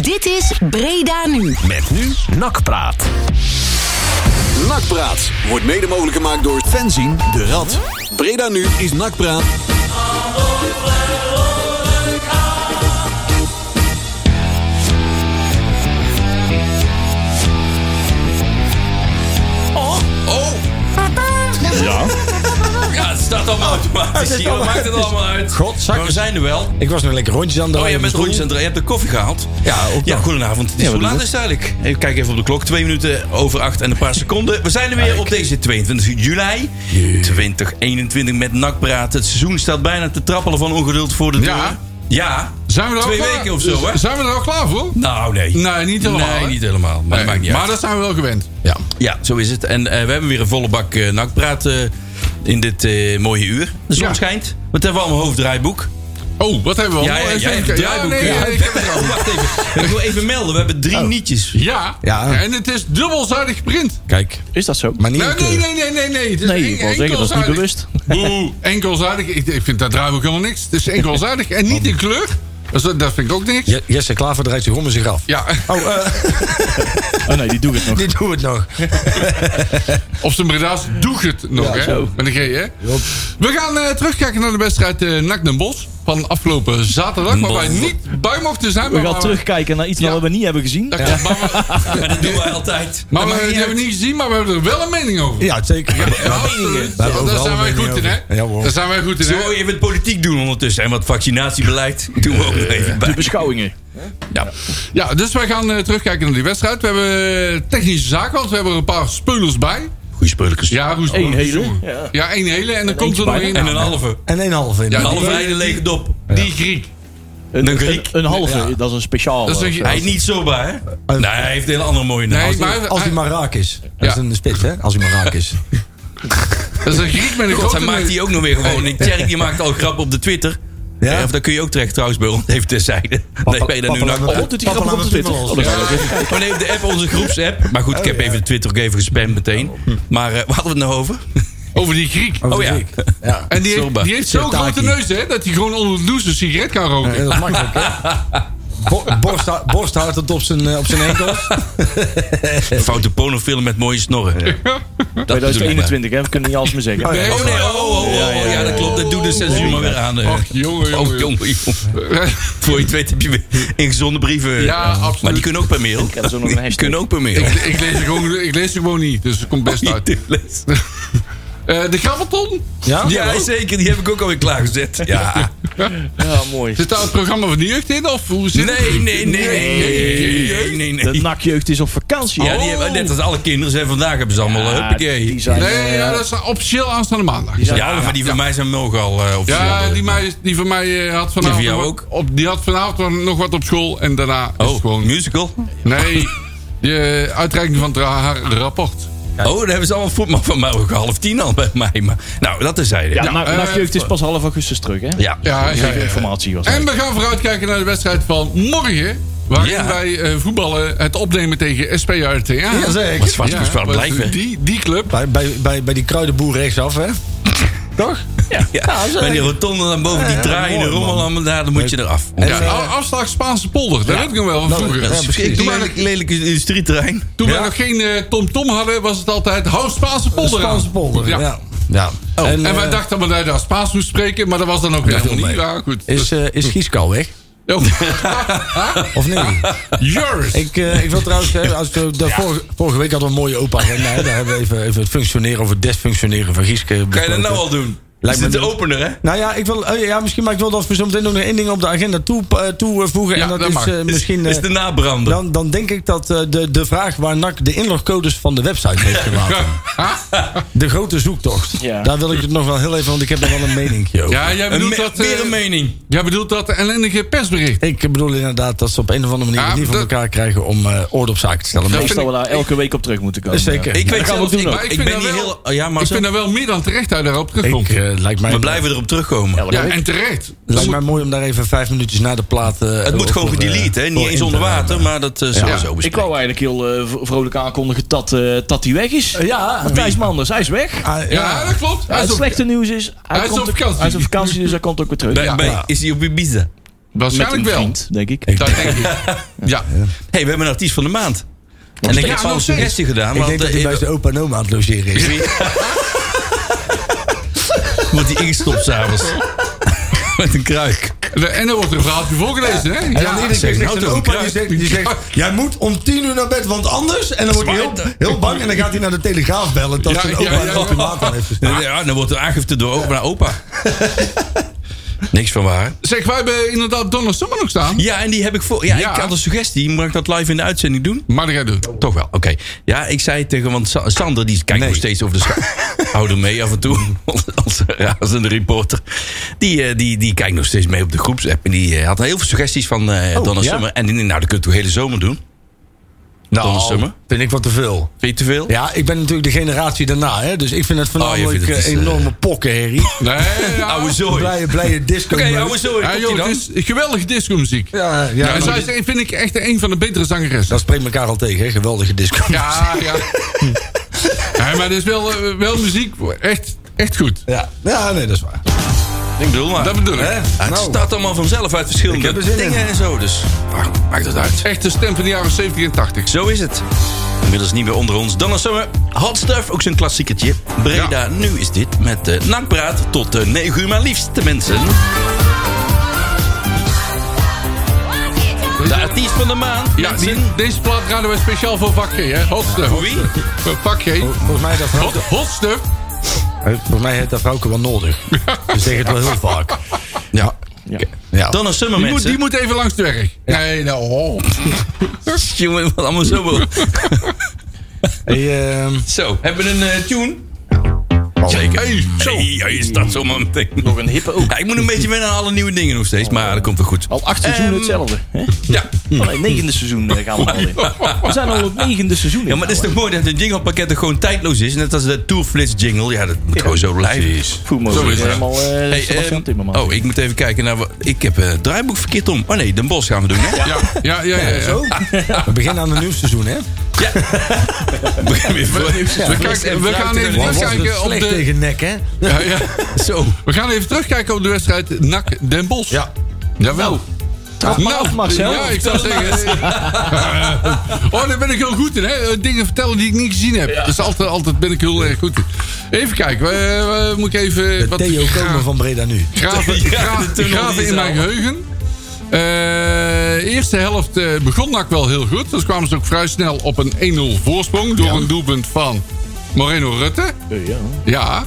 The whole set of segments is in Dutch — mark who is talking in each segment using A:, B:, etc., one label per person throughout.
A: Dit is Breda Nu.
B: Met nu Nakpraat.
C: Nakpraat wordt mede mogelijk gemaakt door Fenzin de Rad. Breda nu is Nakpraat.
D: Ja.
E: Ja, het start allemaal automatisch. Joh, maakt het allemaal uit. Maar
D: Godzakken.
E: we zijn er wel.
D: Ik was nog lekker rondjes aan het
E: Oh,
D: draaien
E: jij
D: op de
E: bent
D: stoel.
E: rondjes aan het draaien. Je hebt de koffie gehaald.
D: Ja, ook
E: Ja,
D: nog.
E: goedenavond. Het is
D: Ja,
E: hoe
D: wat
E: laat
D: doen
E: is het eigenlijk? Even kijken even op de klok. Twee minuten over acht en een paar seconden. We zijn er weer op deze 22 juli 2021 met Nakpraat. Het seizoen staat bijna te trappelen van ongeduld voor de deur.
F: Ja.
E: Ja.
F: Zijn we er al
E: Twee
F: klaar- Dus
E: weken of zo, hè?
F: Zijn we er al klaar voor?
E: Nou, nee.
F: Nee, niet helemaal,
E: Nee,
F: hè?
E: niet helemaal. Maar dat
F: Nee,
E: maakt niet
F: maar
E: uit.
F: dat zijn we wel gewend.
D: Ja.
E: Ja, zo is het. En eh, we hebben weer een volle bak eh nakpraat eh, in dit eh, mooie uur. De zon
F: Ja.
E: schijnt. Wat hebben we allemaal hoofddraaiboek?
F: Oh, wat hebben we al?
E: Ja, ja,
F: Even
E: jij hebt
F: kijken.
E: het draaiboek,
F: nee,
E: ja.
F: ik heb het al. Oh.
E: Wacht even. Ik wil even melden. We hebben drie nietjes.
F: Ja.
D: Ja.
F: en het is dubbelzijdig geprint.
D: Kijk.
G: Is dat zo?
D: Maar niet
F: Nee,
D: een kleur.
F: nee, nee, nee, nee, nee. Het is
G: Nee,
F: en-
G: ik wil zeggen, dat is niet
F: enkelzijdig.
G: bewust.
F: Boe, enkelzijdig. Ik, ik vind dat draaiboek helemaal niks. Het is enkelzijdig en niet in kleur. Dus dat, dat vind ik ook niks.
D: Oh. Je- Jesse Klaver draait zich om en zich af.
F: Ja,
D: Oh, eh,
G: Oh nee, die doe ik nog.
D: die doen we het nog.
F: op zijn Breda's doe ik het nog, hè?
G: zo.
F: Met een G, hè? We gaan eh, terugkijken naar de wedstrijd eh NAC Den Bosch van afgelopen zaterdag. Waar wij niet bij mochten zijn.
G: We
F: maar
G: gaan
F: waar
G: terugkijken naar iets
F: Ja.
G: wat we niet hebben gezien.
F: Dat klopt, maar we-
E: Maar dat doen we altijd.
F: Maar
E: Dat
F: we
E: maakt
F: die
E: niet
F: hebben we
E: uit.
F: niet gezien, maar we hebben er wel een mening over.
D: Ja, zeker.
F: Ja, absoluut.
D: we hebben
F: Ja, Daar
D: overal
F: zijn wij
D: een
F: goed in,
D: mening
F: hè?
D: over. Ja, hoor.
F: Daar zijn wij goed in,
E: Zullen we
F: hè?
E: even het politiek doen ondertussen? En wat vaccinatiebeleid doen we ook nog even bij.
G: De beschouwingen.
F: Ja, dus wij gaan eh, terugkijken naar die wedstrijd. We hebben eh, technische zaken, want we hebben er een paar spelers bij.
E: Goeie speulkens.
F: Ja, hoe is het?
G: Eén hele.
F: Ja.
G: Ja.
F: één hele. En dan komt er nog
G: eentje
F: één.
E: En
F: aan.
E: een halve.
D: En een halve.
F: Ja,
E: Een
D: Ja,
E: halve en een lege dop.
F: Die Griek.
G: Een,
E: Een Griek.
G: een- een halve, dat is een speciaal.
F: Dat is een-
G: eh,
E: Hij is niet sober, hè? Nee, hij heeft een hele andere mooie naam.
F: Nee, maar
D: als hij
F: hij-
D: maar raak is.
F: Ja.
D: Dat is een spits, hè? Als hij maar raak is.
F: dat is een Griek met een
E: God, hij
F: grote
E: maakt
F: neus.
E: die ook nog weer gewoon. Die Tjerk die maakt al grap op de Twitter.
D: Ja?
E: Eh, Of daar kun je ook terecht trouwens bij ons even terzijde. Nee, ben je daar nu
D: Papa
E: nog
D: laat-
G: Oh, doet hij
D: Papa
G: grappig
D: laat
G: op de
D: het
G: Twitter?
D: zien,
G: Oh, dat zou ik even kijken.
E: Maar nee, de app, onze groepsapp. Maar goed, ik
F: Oh,
E: heb even de Twitter ook even gespamd meteen. Maar eh, waar hadden we het nou over?
F: Over die Griek.
D: Over
E: Oh ja.
D: de ziek. ja.
F: En die heeft,
E: Silba.
F: die heeft zo'n
D: Sirtaki.
F: grote neus, hè? Dat hij gewoon onder de douche een sigaret kan roken.
D: Ja, dat is makkelijk, hè? Bo- borstha- Borsthaar tot op zijn, eh, op zijn enkels.
E: Foute pornofilm met mooie snorren. Dat bedoel ik maar.
G: 2021, hè? We kunnen niet alles meer zeggen.
D: Oh, ja.
E: Oh nee, oh, oh, oh, oh, ja, dat klopt. Dat doet de censuur maar weer aan. eh.
F: Oh, Ach, jongen,
E: Oh,
F: jongen.
E: jongen, jongen. Voor je het weet heb je weer ingezonden brieven.
F: Ja, absoluut.
E: Maar die kunnen ook per mail.
G: heb zo nog een
E: Die
G: hashtag.
E: kunnen ook per mail.
F: Ik, ik, lees er gewoon, ik lees er gewoon niet, dus het komt best
E: Oh,
F: uit. Eh, de grabbelton
D: Ja?
E: Ja, zeker. Die heb ik ook alweer klaargezet. Ja.
G: Ja, mooi.
F: Zit daar het programma van de jeugd in? Of hoe zit
E: Nee,
F: het?
E: nee, nee, nee, nee, nee,
G: De
E: nee.
G: nakjeugd is op vakantie.
E: Ja, die hebben, net als alle kinderen zijn vandaag hebben ze allemaal
G: nou- Ja,
E: huppakee.
G: die zijn,
F: Nee,
G: eh,
F: ja, dat is officieel aanstaande maandag.
G: Die zijn-
E: Ja, maar die van mij zijn nog al eh, officieel.
F: Ja, die, mij, die van mij eh, had vanavond,
E: Die van jou
F: nog wat- Op, die had vanavond nog wat op school en daarna is
E: Oh,
F: het dus gewoon...
E: musical?
F: Nee, de uitreiking van het ra- haar rapport.
E: Oh, daar hebben ze allemaal voetbal van mij ook half tien al bij mij. Maar, nou, dat is hij.
G: ja,
E: Ja.
G: nak-
F: eh,
G: nakjeugd is pas half augustus terug, hè?
E: Ja.
F: Ja, ja, ja.
G: Zeker informatie was
F: En
G: het.
F: we gaan vooruitkijken naar de wedstrijd van morgen. Waarin
E: Ja.
F: wij eh, voetballen het opnemen tegen SPRTA.
D: Ja,
E: Dat is
D: zeker.
E: vast ja,
F: want
E: blijven.
F: Die, die club.
D: Bij, bij, bij, bij die kruidenboer rechtsaf, hè? Toch?
E: Ja, bij die rotonde dan boven die draaien, de
D: mooi,
E: rommel
D: man.
E: allemaal daar, dan moet je eraf. Eh,
F: Ja, a- afslag Spaanse polder. Dat heb ik nog wel van vroeger.
D: ja, precies.
E: Ik doe eigenlijk een lelijk industrieterrein.
F: Toen we nog geen eh, TomTom hadden, was het altijd... Hou Spaanse polder aan.
D: Spaanse polder. Ja. ja.
G: Oh.
D: En,
F: En wij
D: eh,
F: dachten dat we daar Spaans moesten spreken, maar dat was dan ook weer helemaal niet. Ja, goed. Dus-
D: Is, eh is Gieskou weg? Of niet?
F: Joris.
D: Ik, eh, ik wil trouwens, eh, als we de vorige, vorige week hadden we een mooie opa. Nee, daar hebben we even, even het functioneren of het desfunctioneren van Gieske.
E: Kan je dat
D: besproken.
E: nou al doen?
D: Lijkt
E: is
D: me
E: het de
D: niet.
E: opener, hè?
D: Nou ja, ik wil, eh, ja, misschien, maar ik wil dat we zo meteen nog één ding op de agenda toe- eh, toevoegen.
F: Ja,
D: en dat,
F: dat mag.
D: is eh,
F: Is-
D: misschien.
E: Is
D: eh,
E: de nabrander.
D: dan, dan denk ik dat eh, de, de vraag waar NAC de inlogcodes van de website heeft gemaakt. de grote zoektocht.
G: Ja.
D: Daar wil ik het nog wel heel even, want ik heb er wel een mening over.
F: Ja, jij
E: Een
F: bedoelt,
E: me-
F: dat, eh,
E: weer een mening.
F: jij bedoelt dat ellendige persbericht.
D: Ik bedoel inderdaad dat ze op een of andere manier
F: Ja,
D: het niet van
F: dat-
D: elkaar krijgen om eh orde op zaken te stellen.
F: Dat
D: Maar-
G: Meestal we daar elke week op terug moeten komen.
D: Zeker.
E: Ik weet
G: gaan
E: zelf
G: we doen
E: niet.
G: ook.
E: maar Ik,
F: Ik vind
E: ben
F: dat
E: niet
F: wel-
E: heel... oh, Ja, maar
F: Ik vind daar wel meer dan terecht uit daarop terugkomt.
D: Ik, eh, lijkt mij,
E: we blijven erop terugkomen.
G: Elke
F: ja,
G: week.
F: en terecht.
D: lijkt mij mooi om daar even vijf minuutjes na de plaat... eh,
E: Het moet
D: over,
E: gewoon
D: eh,
E: gedelete, hè? Niet
D: door
E: eens
D: in
E: onder
D: te
E: water, maar dat eh zullen we
F: Ja.
E: zo
G: Ik
E: bespreken.
G: wou eigenlijk heel eh, v- vrolijk aankondigen dat, eh, dat hij weg is.
D: laten. Ja,
G: Thijs Manders, hij is weg.
D: ah,
F: Ja, dat klopt. Hij
G: het
F: is op-
G: slechte nieuws is, hij,
F: Hij is
G: komt
F: op
G: ook-
F: vakantie.
G: Hij is op vakantie, dus hij komt ook weer terug.
E: Bij-
F: Ja.
E: bij- Is hij op Ibiza?
F: Waarschijnlijk
G: met een
F: wel.
G: vriend, denk ik.
F: Dat denk ik. Ja.
E: hey, we hebben een artiest van de maand. En ik
F: Ja,
E: heb
F: nog
E: zo'n
F: steeds.
E: suggestie gedaan.
D: Ik
E: Want,
D: denk dat hij
E: eh,
D: bij zijn opa en oma aan het logeren is.
E: wordt hij ingestopt s'avonds. Met een kruik.
F: En dan wordt er een verhaaltje voorgelezen, hè?
D: En dan iedere keer
E: zeg,
D: zegt
E: nou
D: zijn
E: toch,
D: opa, die
E: kruid.
D: zegt, die zegt... Jij moet om tien uur naar bed, want anders... En dan wordt hij heel,
E: Zwaar.
D: heel bang en dan gaat hij naar de Telegraaf bellen... dat
F: Ja,
D: zijn
F: ja,
D: opa
F: ja,
D: een
F: ja.
D: automaat aan heeft gestaan.
E: Ja, dan wordt er aangifte door opa naar opa. Niks van waar.
F: Zeg, wij hebben inderdaad Donald Summer nog staan.
E: Ja, en die heb ik voor. Ja,
F: Ja.
E: ik had een suggestie. Mag ik dat live in de uitzending doen?
F: Maar dat ga je doen.
E: Toch wel, oké. Ja, ik zei tegen, want Sa- Sander die kijkt nog steeds over de schouder. Hou er mee af en toe, als, ja, als een reporter. Die, eh, die, die kijkt nog steeds mee op de groepsapp. En die eh, had heel veel suggesties van eh Donna
D: ja?
E: Summer. En die, nou, dat kunnen we toch de hele zomer doen? Donna Summer.
D: Nou, vind ik wat te veel.
E: Vind je te veel?
D: Ja, ik ben natuurlijk de generatie daarna, hè. Dus ik vind het
E: Oh, je
D: voornamelijk
E: vindt het
D: eh,
E: is, eh,
D: enorme pokkenherrie.
F: Nee, Eh, ja.
E: Oude zooi. Oké,
D: Blije, blije disco.
E: oude zooi.
F: Ja,
E: Nou, komt
F: joh,
E: die dan?
F: het is geweldige disco-muziek. Ja,
D: Ja, ja,
F: en
D: maar
F: zij
D: dit-
F: is- vind ik echt een van de betere zangeressen.
D: dat spreekt elkaar al tegen, hè. Geweldige disco.
F: Ja, ja. Ja, maar het is wel, eh, wel muziek. Echt, echt goed.
D: Ja. ja, nee, dat is waar.
E: Ik bedoel maar.
F: Dat bedoel ik.
E: Hè? het
D: Nou.
E: staat allemaal vanzelf uit
D: Ik heb
E: verschillende
D: er zin in.
E: dingen en zo. Dus waarom maakt het uit?
F: Echt de stem van de jaren 70 en 80.
E: Zo is het. Inmiddels niet meer onder ons. Dan is Summer. Hot Stuff, ook zijn klassiekertje. Breda, nu is dit met eh Nakpraat. Tot eh 9 uur maar liefst, mensen. De artiest van de maand.
F: Ja,
E: mensen.
F: die- deze plaat raden wij speciaal voor vak G, hè? Hot stuff.
E: Voor wie?
F: Voor vak G.
D: Volgens mij dat eh,
F: Hot, hot stuff.
D: Volgens mij heeft dat vrouwke wel nodig. Ze zeggen het wel heel vaak.
E: Ja.
D: Ja.
E: Dan is Summer,
F: Die moet,
E: mensen.
F: die moet even langs de weg. Nee, nou. oh.
E: Jongen, wat allemaal zo. wel.
D: Hey, ehm,
E: zo, hebben we een eh, tune? Zeker.
F: Hey, zo.
E: Hey, hij staat zomaar meteen.
G: Nog een hippe ook.
E: Ja, ik moet een Oh. beetje wennen aan alle nieuwe dingen nog steeds, maar dat komt wel goed.
G: Al acht seizoenen
E: Ehm,
G: hetzelfde. Hè?
E: Ja,
G: Oh, nee, negende seizoen eh, gaan we al in. We zijn al op negende seizoen.
E: Ja, maar het is toch mooi dat een jinglepakket er gewoon tijdloos is. Net als de Tourflits jingle. Ja, dat moet gewoon zo blijven.
G: Voel me
E: Zo
G: weer
E: is het.
G: helemaal eh
E: Hey,
G: Sebastian
E: ehm,
G: Timmerman.
E: oh, ik moet even kijken naar... wat- Ik heb eh, het draaiboek verkeerd om. Oh nee, Den Bos gaan we doen, hè?
F: Ja, ja, ja. ja, ja.
D: zo. We beginnen aan een nieuw seizoen, hè?
E: We beginnen weer voor.
F: We, kijken, we gaan even
E: Wat
F: terugkijken op
D: slecht
F: de...
D: tegen nek, hè?
F: Ja, ja.
E: Zo.
F: We gaan even terugkijken op de wedstrijd NAC Den Bosch.
D: Ja. Nou,
F: Jawel. Nou,
G: Trap maar af, Marcel.
F: Ja, ik zou zeggen. eh, oh, daar ben ik heel goed in. Hè? Eh, Dingen vertellen die ik niet gezien heb. Dus altijd, altijd ben ik heel erg goed in. Even kijken. eh, eh, moet ik even...
D: De
F: wat
D: Theo
F: gra-
D: Komen van Breda nu.
F: Graven,
E: Ja,
F: gra-
E: de tunnel
F: graven
E: die
F: in
E: is
F: mijn
E: al.
F: geheugen. Eh eerste helft eh, begon NAC wel heel goed. Dus kwamen ze ook vrij snel op een 1-0 voorsprong. Door een doelpunt van Moreno Rutte.
G: Eh, ja,
F: Ja.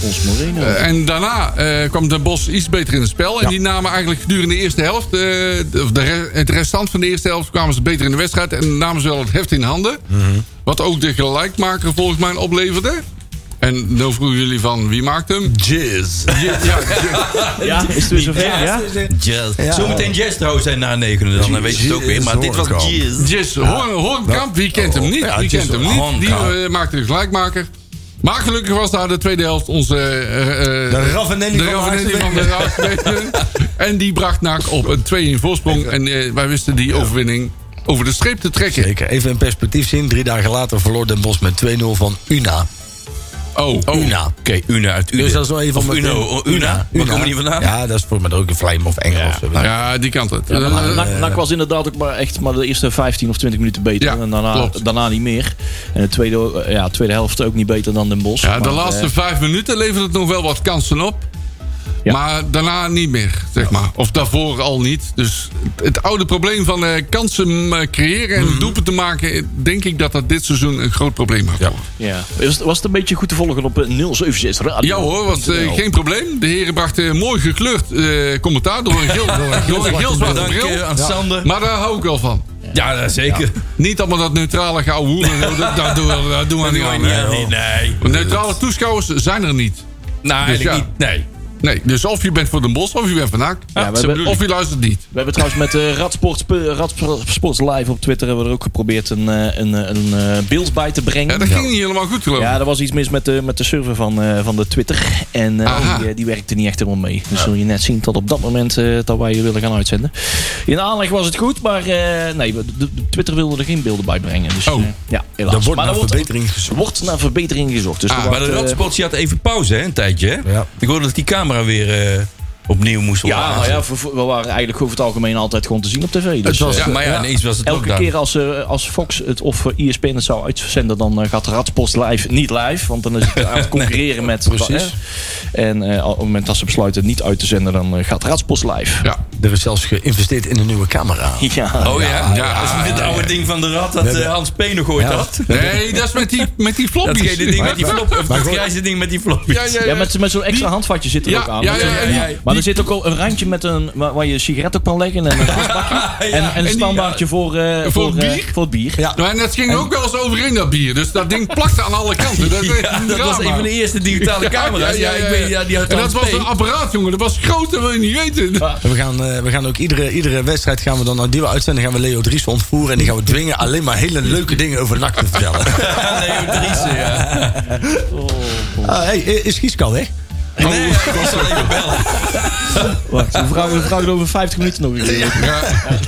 G: ons Moreno.
F: Eh, En daarna eh, kwam Den Bos iets beter in het spel. En die namen eigenlijk gedurende de eerste helft... eh, de- of de re- het restant van de eerste helft kwamen ze beter in de wedstrijd... en namen ze wel het heft in handen.
E: Mhm.
F: Wat ook de gelijkmaker volgens mij opleverde. En dan vroegen jullie van wie maakt hem?
E: Jazz.
F: Ja, ja,
G: ja, is het weer zover? Ja,
E: Jazz.
D: Ja.
E: Zometeen jazz trouwens zijn na negenen dan. Dan weet je het ook weer. Maar dit was
D: Jazz.
E: jazz.
F: Jess Hoorn- Hoornkamp, wie kent hem niet?
D: Ja,
F: Wie
D: Jess
F: kent hem niet? Die
E: Hoornkamp.
F: eh, maakte de gelijkmaker. Maar gelukkig was daar de tweede helft onze... eh, eh,
D: De Ravanelli
F: de
D: van
F: Ravanelli van de Raasbeven. En die bracht NAC op een 2-1 voorsprong. En eh, wij wisten die overwinning over de streep te trekken.
D: Zeker. Even in perspectief zien. Drie dagen later verloor Den Bos met 2-0 van Una.
F: Oh, oh.
D: Una.
E: Nou, Oké, Una uit Ude.
D: Dus dat is wel even
E: Of
D: van
E: Uno. oh, Una. Waar komen die vandaan?
D: Ja, dat is voor mij ook een Vlijm of Engel of zo.
F: Ja, die kant het.
G: Ja, maar
F: Eh,
G: NAC, NAC was inderdaad ook maar echt maar de eerste 15 of 20 minuten beter.
F: Ja,
G: en daarna,
F: klopt.
G: daarna niet meer. En de tweede, eh, ja, tweede helft ook niet beter dan Den Bosch.
F: ja, de
G: Maar,
F: laatste
G: eh,
F: vijf minuten leverde het nog wel wat kansen op.
G: Ja.
F: Maar daarna niet meer, zeg maar. Of daarvoor al niet. Dus het oude probleem van eh, kansen eh, creëren en doepen te maken... eh, denk ik dat dat dit seizoen een groot probleem gaat worden.
G: eh, ja. was, was het een beetje goed te volgen op eh, 076 radio?
F: Ja hoor, was eh, geen probleem. De heren brachten mooi gekleurd eh, commentaar door een geel, door een geel zwarte
E: Dank
F: bril.
E: eh, aan Sander.
F: Maar daar hou ik wel van.
E: Ja, zeker.
F: Niet allemaal dat neutrale gouden hoeren. dat, dat doen we, dat doen we niet aan.
E: Ja,
F: hè.
E: nee, nee.
F: Want neutrale toeschouwers zijn er niet.
E: Nou, eigenlijk
F: ja.
E: niet. Nee.
F: Nee, dus of je bent voor Den Bos of je bent van Aak.
G: Ja, we hebben-
F: of je luistert niet.
G: We hebben trouwens met eh Radsport, Sp- Radsport Live op Twitter hebben we er ook geprobeerd een, eh, een, eh, een, eh, beeld bij te brengen.
F: Ja, dat ging niet helemaal goed geloof ik.
G: Ja, er was iets mis met de, met de server van, eh, van de Twitter. En eh,
F: Aha.
G: die, eh, die werkte niet echt helemaal mee. Dus zul je net zien dat op dat moment eh, dat wij je willen gaan uitzenden. In aanleg was het goed, maar eh, nee, we- de, de Twitter wilde er geen beelden bij brengen. Dus,
F: Oh.
G: eh, ja, helaas.
D: Daar wordt
G: maar
D: naar
G: er
D: verbetering gezocht.
G: Er wordt naar verbetering gezocht. Dus er
E: Maar
G: wordt,
E: Ah, de
G: eh,
E: Radsport die had even pauze, hè, een tijdje. Hè?
D: Ja.
E: Ik hoorde dat die camera weer... eh, opnieuw moesten
G: Ja, nou
E: laten.
G: ja, voor- voor- we waren eigenlijk over het algemeen altijd gewoon te zien op tv. Dus,
D: Het was-
G: eh,
E: Ja, maar ja,
D: Ja.
E: ineens was het
G: elke
E: lockdown.
G: keer als, eh, als Fox het of eh, ESPN het zou uitzenden, dan eh, gaat Radsport live niet live. Want dan is het aan het concurreren met.
D: precies.
G: hè. En eh, op het moment dat ze besluiten het niet uit te zenden, dan eh, gaat Radsport live.
F: Ja.
D: Er is zelfs geïnvesteerd in een nieuwe camera.
G: Ja.
E: Oh ja, ja,
F: ja,
E: dat is het oude ding van de rat dat
D: Nee,
E: eh,
D: dat-
E: Hans P. nog ooit
D: Ja.
E: had.
F: Nee, dat is met die, met die floppies.
E: Datgene ding met die flop, of dat
D: goed.
E: grijze ding met die floppies.
F: Ja, ja, ja.
G: Ja, met, met zo'n extra handvatje zit er
F: Ja,
G: ook aan.
F: ja,
G: Met zo'n-
F: ja, ja, ja.
G: Maar er zit ook al een randje met een, waar, waar je een sigaret op kan leggen. En een, gasbakje. en, en een
F: die-
G: standaardje voor, eh,
F: Voor
G: voor,
F: het
G: eh,
F: bier?
G: voor het bier.
D: Ja.
F: Nou, en dat ging ook wel eens overheen, dat bier. Dus dat ding plakte aan alle kanten. Dat, werd
E: Ja,
F: een
E: dat was
F: drama.
E: een van de eerste digitale camera's. Ja, ik weet, ja, die had
F: en dat
E: Hans
F: was
E: P.
F: een apparaat, jongen. Dat was groot, dat wil je niet weten.
D: We gaan, eh, we gaan ook iedere, iedere wedstrijd gaan we dan naar die we uitzenden. Gaan we Leo Dries ontvoeren. En die gaan we dwingen alleen maar hele leuke dingen over NAC te vertellen. Eh,
E: Ja, Leo Driessen, ja.
D: Ah, hey, eh, is Gieskal weg?
E: Nee, ik was wel even bellen.
G: Wacht, we vragen, we vragen over 50 minuten nog een keer.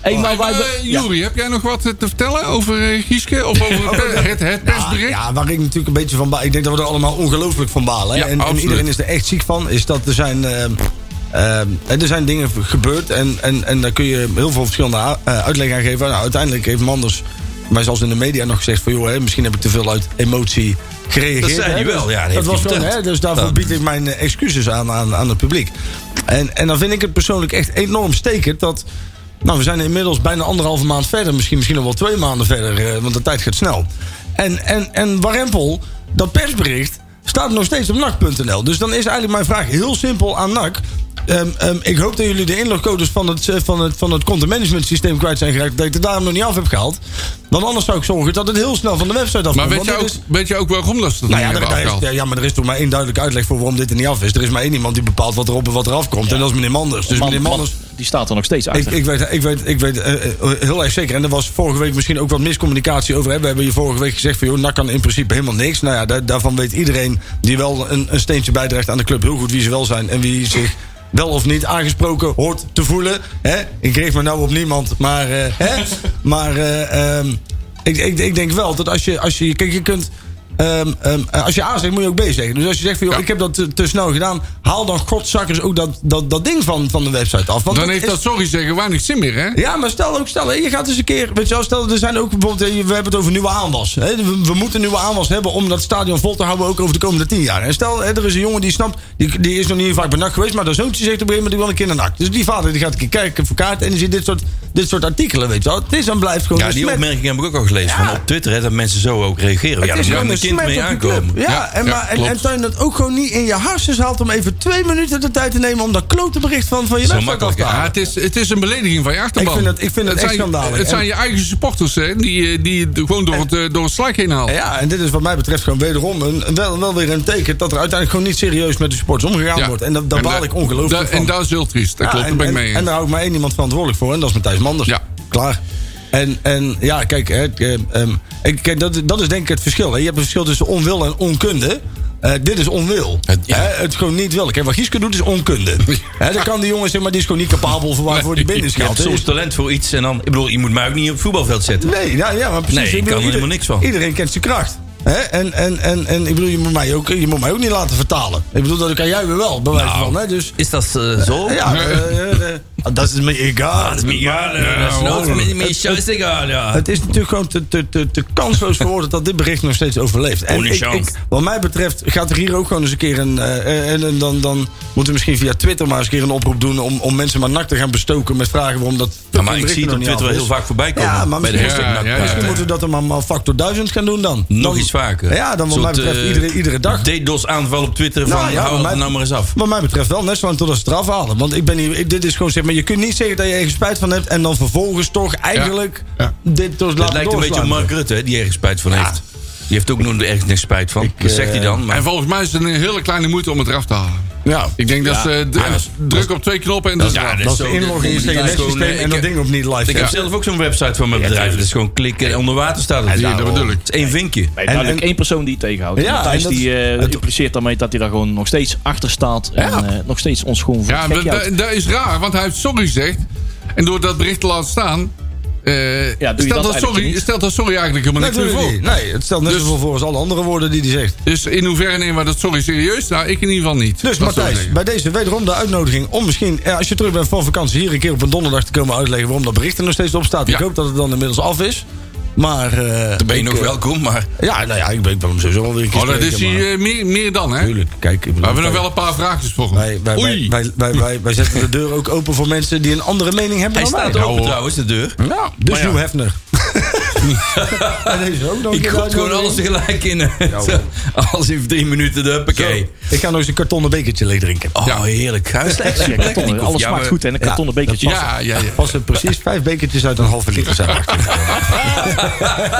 G: Hey, maar wij,
F: Eh, Juri, heb jij nog wat eh, te vertellen over eh, Gieske? Of over het, per- het, het persbericht?
D: Ah, Ja, waar ik natuurlijk een beetje van baal. Ik denk dat we er allemaal ongelooflijk van balen. hè.
F: Ja,
D: en, en
F: absoluut.
D: iedereen is er echt ziek van. Is dat er zijn, ehm, ehm, er zijn dingen gebeurd. En, en, en daar kun je heel veel verschillende a- eh, uitleg aan geven. Nou, uiteindelijk heeft Manders, maar zelfs in de media nog gezegd van joh, hè, misschien heb ik te veel uit emotie gereageerd.
E: Dat zei hij
D: hè. Dus
E: wel, ja, dat
D: dat
E: heeft
D: was
E: hij
D: gewoon, hè,
E: verteld.
D: dus daarvoor
F: Nou.
E: Ja.
D: bied ik mijn eh, excuses aan, aan, aan het publiek. En, en dan vind ik het persoonlijk echt enorm stekend dat. Nou, we zijn inmiddels bijna anderhalve maand verder. Misschien, misschien nog wel twee maanden verder, eh, want de tijd gaat snel. En, en, en Warempel, dat persbericht, staat nog steeds op NAC.nl. Dus dan is eigenlijk mijn vraag heel simpel aan NAC. Ehm, ehm, ik hoop dat jullie de inlogcodes van het, eh, van het, van het content management systeem kwijt zijn geraakt. Dat ik het daarom nog niet af heb gehaald. Want anders zou ik zorgen dat het heel snel van de website af
F: Maar weet
D: want
F: je,
D: dit
F: ook,
D: is-
F: weet je ook waarom dat ze
D: dus-
F: dat
D: nou ja,
F: ding
D: daar-
F: hebben
D: daar is-
F: afgehaald?
D: ja, maar er is toch maar één duidelijke uitleg voor waarom dit er niet af is. Er is maar één iemand die bepaalt wat erop en wat eraf komt. En dat is meneer Manders. Dus
G: Man-
D: meneer Manders.
G: man- die staat er nog steeds
D: Ik,
G: achter.
D: ik weet, ik weet, ik weet eh, eh, heel erg zeker. En er was vorige week misschien ook wat miscommunicatie over. Hè? We hebben je vorige week gezegd van... joh, NAC kan in principe helemaal niks. Nou ja, da- daarvan weet iedereen die wel een, een steentje bijdraagt aan de club... heel goed wie ze wel zijn en wie zich wel of niet aangesproken hoort te voelen. Hè? Ik richt me nou op niemand, maar... eh, hè? maar eh, ehm, ik, ik, ik denk wel dat als je... Als je kijk, je kunt... ehm, ehm, eh, als je A zegt, moet je ook B zeggen. Dus als je zegt van, joh,
F: Ja.
D: ik heb dat te, te snel gedaan... haal dan godzakkers ook dat, dat, dat ding van, van de website af. Want
F: Dan heeft
D: is-
F: dat sorry zeggen weinig zin meer, hè?
D: ja, maar stel ook, stel, je gaat eens een keer, weet je wel, stel, er zijn ook bijvoorbeeld, eh, we hebben het over nieuwe aanwas. hè. We, we moeten nieuwe aanwas hebben om dat stadion vol te houden, ook over de komende tien jaar. En stel, hè, er is een jongen die snapt, die, die is nog niet vaak bij NAC geweest, maar dat zoontje zegt op een gegeven moment, ik wil een keer naar NAC. Dus die vader die gaat een keer kijken voor kaart en die ziet dit soort, dit soort artikelen, weet je wel. Het is en blijft gewoon
E: Ja,
D: een
E: die
D: smet.
E: opmerking heb ik ook al gelezen. Van op Twitter, hè, dat mensen zo ook reageren. Ja,
D: Het
E: daar
D: is
E: kan
D: gewoon
E: mijn
D: een
E: kind
D: smet op
E: mee
D: je club.
E: aankomen.
D: Ja,
F: Ja,
D: en,
F: ja,
D: maar, en,
F: klopt.
D: en tuin dat ook gewoon niet in je hartjes haalt om even twee minuten de tijd te nemen om dat klote bericht van, van je website af
E: makkelijk,
D: te
E: ja.
F: Ja,
D: halen.
F: het, is, het is een belediging van je achterban.
D: Nou, Ik vind het- ik vind het echt
F: zijn,
D: schandalig.
F: Het
D: En-
F: zijn je eigen supporters hè, die, eh, die het gewoon door het, eh, door het slijk heen halen.
D: Ja, en dit is wat mij betreft gewoon wederom een, een- wel, wel weer een teken dat er uiteindelijk gewoon niet serieus met de sports omgegaan
F: Ja.
D: wordt. En dat- daar baal ik ongelooflijk
F: da-
D: van.
F: En dat is heel triest. Dat
D: Ja,
F: klopt, daar
D: en,
F: ben ik
D: en-
F: mee
D: en
F: eens.
D: daar houdt maar één iemand verantwoordelijk voor en dat is Matthijs Manders.
F: Ja.
D: Klaar. En, en ja, kijk, hè, ik, eh, ehm, ik, kijk dat, dat is denk ik het verschil. Hè. Je hebt het verschil tussen onwil en onkunde. Eh, dit is onwil.
E: Het- ja.
D: Hè, het gewoon niet willen. Kijk, wat Gieske doet is onkunde. Hè, dat kan die jongen zeg maar, die is gewoon niet capabel voor waarvoor die binnen is
E: Je hebt
D: gehaald.
E: soms talent voor iets en dan... Ik bedoel, je moet mij ook niet op het voetbalveld zetten.
D: Nee, ja, ja maar precies.
E: Nee, ik
D: bedoel,
E: kan
D: ieder-
E: er helemaal niks van.
D: Iedereen kent zijn kracht. Hè? En, en, en, en ik bedoel, je moet, mij ook, je moet mij ook niet laten vertalen. Ik bedoel, dat kan jij weer wel, bij wijze
E: Nou,
D: van. Hè? Dus,
E: Is dat eh, zo?
D: ja, eh, eh, dat is me egal.
E: Ja, dat is nooit met- met je scheissegal, ja.
D: Het is natuurlijk gewoon te, te, te, te kansloos voor woorden dat dit bericht nog steeds overleeft. En
E: Ohne
D: ik,
E: chance.
D: ik- wat mij betreft gaat er hier ook gewoon eens een keer een. eh, eh, en, en dan, dan moeten we misschien via Twitter maar eens een keer een oproep doen om, om mensen maar nak te gaan bestoken met vragen waarom dat.
E: Ja, maar ik
D: bericht
E: zie het
D: nog
E: op
D: niet
E: Twitter
D: af
E: wel heel
D: is.
E: vaak voorbij komen.
D: Ja, maar
E: bij de
D: misschien,
E: hashtag
F: Ja,
E: NAC.
F: ja, ja.
D: misschien moeten we dat dan maar, maar factor 1000 gaan doen dan.
E: Nog
D: Dan-
E: iets vaker.
D: Ja, dan wat
E: Een
D: mij
E: soort,
D: betreft
E: eh,
D: iedere, iedere dag.
E: DDoS aanval op Twitter
D: Nou
E: van
D: ja,
E: hou
D: maar
E: het
D: mij-
E: nou maar eens af.
D: Wat mij betreft wel, net zolang tot als ze eraf halen. Want ik ben hier, ik- dit is gewoon zeg maar, je kunt niet zeggen dat je ergens spijt van hebt en dan vervolgens toch eigenlijk
F: Ja.
D: dit door
E: Het
D: laten
E: lijkt een beetje op
D: doorsluimeren.
E: Mark Rutte, hè, die ergens spijt van heeft. Die heeft ook nog ergens niks spijt van. Dat zegt hij dan. Maar
F: En volgens mij is het een hele kleine moeite om het eraf te halen.
D: Ja.
F: Ik denk dat ze
E: Ja, dat is-
F: druk op twee knoppen en dat is
E: ja,
F: eraf.
E: dat
D: Dat
E: zo,
D: is de inlog in je
E: dit- dit is
D: CNS-systeem
E: gewoon, eh,
D: en
E: ik-
D: dat ding op niet live
E: ik
D: zetten.
E: heb zelf ook zo'n website van mijn bedrijf. Dat is gewoon klikken en onder water staat het.
F: Ja, dat bedoel ik.
E: Het is één vinkje.
G: Nee,
D: En-
G: duidelijk
D: en-
G: één persoon die het tegenhoudt.
D: Ja,
G: Ja, Thijs
D: en dat-
G: die, eh,
D: het-
G: impliceert daarmee dat hij daar gewoon nog steeds achter staat. En
D: Ja.
G: eh, nog steeds ons gewoon voor
F: Ja,
G: het
F: maar
G: gek
F: dat,
G: houdt.
F: dat is raar, want hij heeft sorry gezegd. En door dat bericht te laten staan, Eh,
G: Ja, doe je
F: stelt,
G: dat
F: dat
G: eigenlijk
F: sorry,
G: niet?
F: stelt dat sorry eigenlijk helemaal
D: Nee,
F: niks meer
D: natuurlijk
F: voor.
D: niet. nee, het stelt net
F: Dus-
D: zoveel voor als alle andere woorden die hij zegt.
F: Dus in hoeverre nemen we dat sorry serieus? Nou, ik in ieder geval niet.
D: Dus
F: Dat zou ik
D: Matthijs,
F: zeggen.
D: bij deze wederom de uitnodiging om misschien, eh, als je terug bent van vakantie, hier een keer op een donderdag te komen uitleggen waarom dat bericht er nog steeds op staat. Ik
F: Ja.
D: hoop dat het dan inmiddels af is. Maar. eh,
E: ben
D: ik,
E: je nog
D: eh,
E: welkom, maar
D: Ja, nou ja, ik ben, ik ben hem sowieso wel weer een keer.
F: Oh, dat is
D: spreken,
F: hier
D: maar-
F: eh, meer, meer dan, hè?
D: Tuurlijk, kijk. Ik bedoel,
F: Maar we hebben nog wel een paar vraagjes voor. hem.
D: Wij, wij, wij,
F: Oei.
D: wij, wij, wij, wij zetten de deur ook open voor mensen die een andere mening hebben
E: hij
D: dan wij.
E: staat open trouwens, de deur.
D: Ja, dus Hugh Hefner. En deze ook nog een
E: Ik
D: keer
E: gooi gewoon
D: uitnodigen.
E: alles tegelijk in. alles in drie minuten, de huppakee.
D: Ik ga nog eens een kartonnen bekertje leeg drinken.
E: Oh, heerlijk. Ga eens lekker-
G: Ja,
E: lekker
G: kartonnen.
E: die koffie.
G: alles
E: Ja,
G: smaakt
E: maar-
G: goed en een kartonnen bekertje.
F: Ja, ja, ja.
D: Als er precies vijf bekertjes uit een halve liter zijn.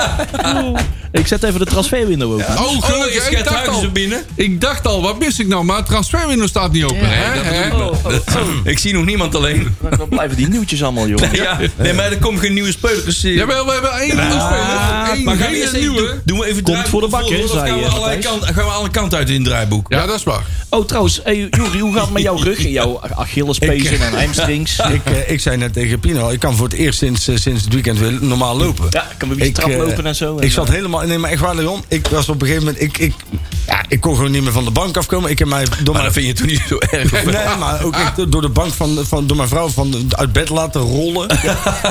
G: Ik zet even de transferwindow open.
F: Oh,
E: Oh, is
F: gelukkig. ik,
E: Gert
F: dacht
E: Huygens
F: al,
E: er binnen?
F: ik dacht al, wat mis ik nou? Maar het transferwindow staat niet open. hè?
E: dat
F: Hè?
E: bedoel Oh, Ik zie nog niemand alleen.
G: Dan blijven die nieuwtjes allemaal, joh.
E: Ja, nee, maar er komt geen nieuwe speler. Dus, eh, Ah,
F: Jawel, we hebben één nieuwe speler.
E: maar
F: Eén
E: gaan we
F: hele
E: eerst even
F: nieuwe.
E: doen- Doen we even
G: Komt
E: draaiboek
G: voor de bak,
E: volgen,
G: hè,
E: of
G: zei,
E: gaan, we
G: eh,
E: alle
G: Matthijs.
E: kant, gaan we alle kanten uit in het draaiboek?
F: Ja, dat is waar.
G: Oh, trouwens, hey, Joeri, hoe gaat het met jouw rug en jouw Achillespezen en hamstrings?
D: ik, eh, ik zei net tegen Pino, ik kan voor het eerst sinds, eh, sinds het weekend weer normaal lopen.
G: Ja, ik kan weer een beetje
D: eh,
G: traplopen en zo.
D: Ik
G: En,
D: zat
G: eh,
D: helemaal, nee maar echt waar Leon, ik was op een gegeven moment, ik, ik, ja, ik kon gewoon niet meer van de bank afkomen. Ik heb mij door
E: Maar
D: mijn,
E: dat vind je Ah. toch niet zo erg? of wel?
D: nee, maar ook echt door de bank van, van, door mijn vrouw van, uit bed laten rollen.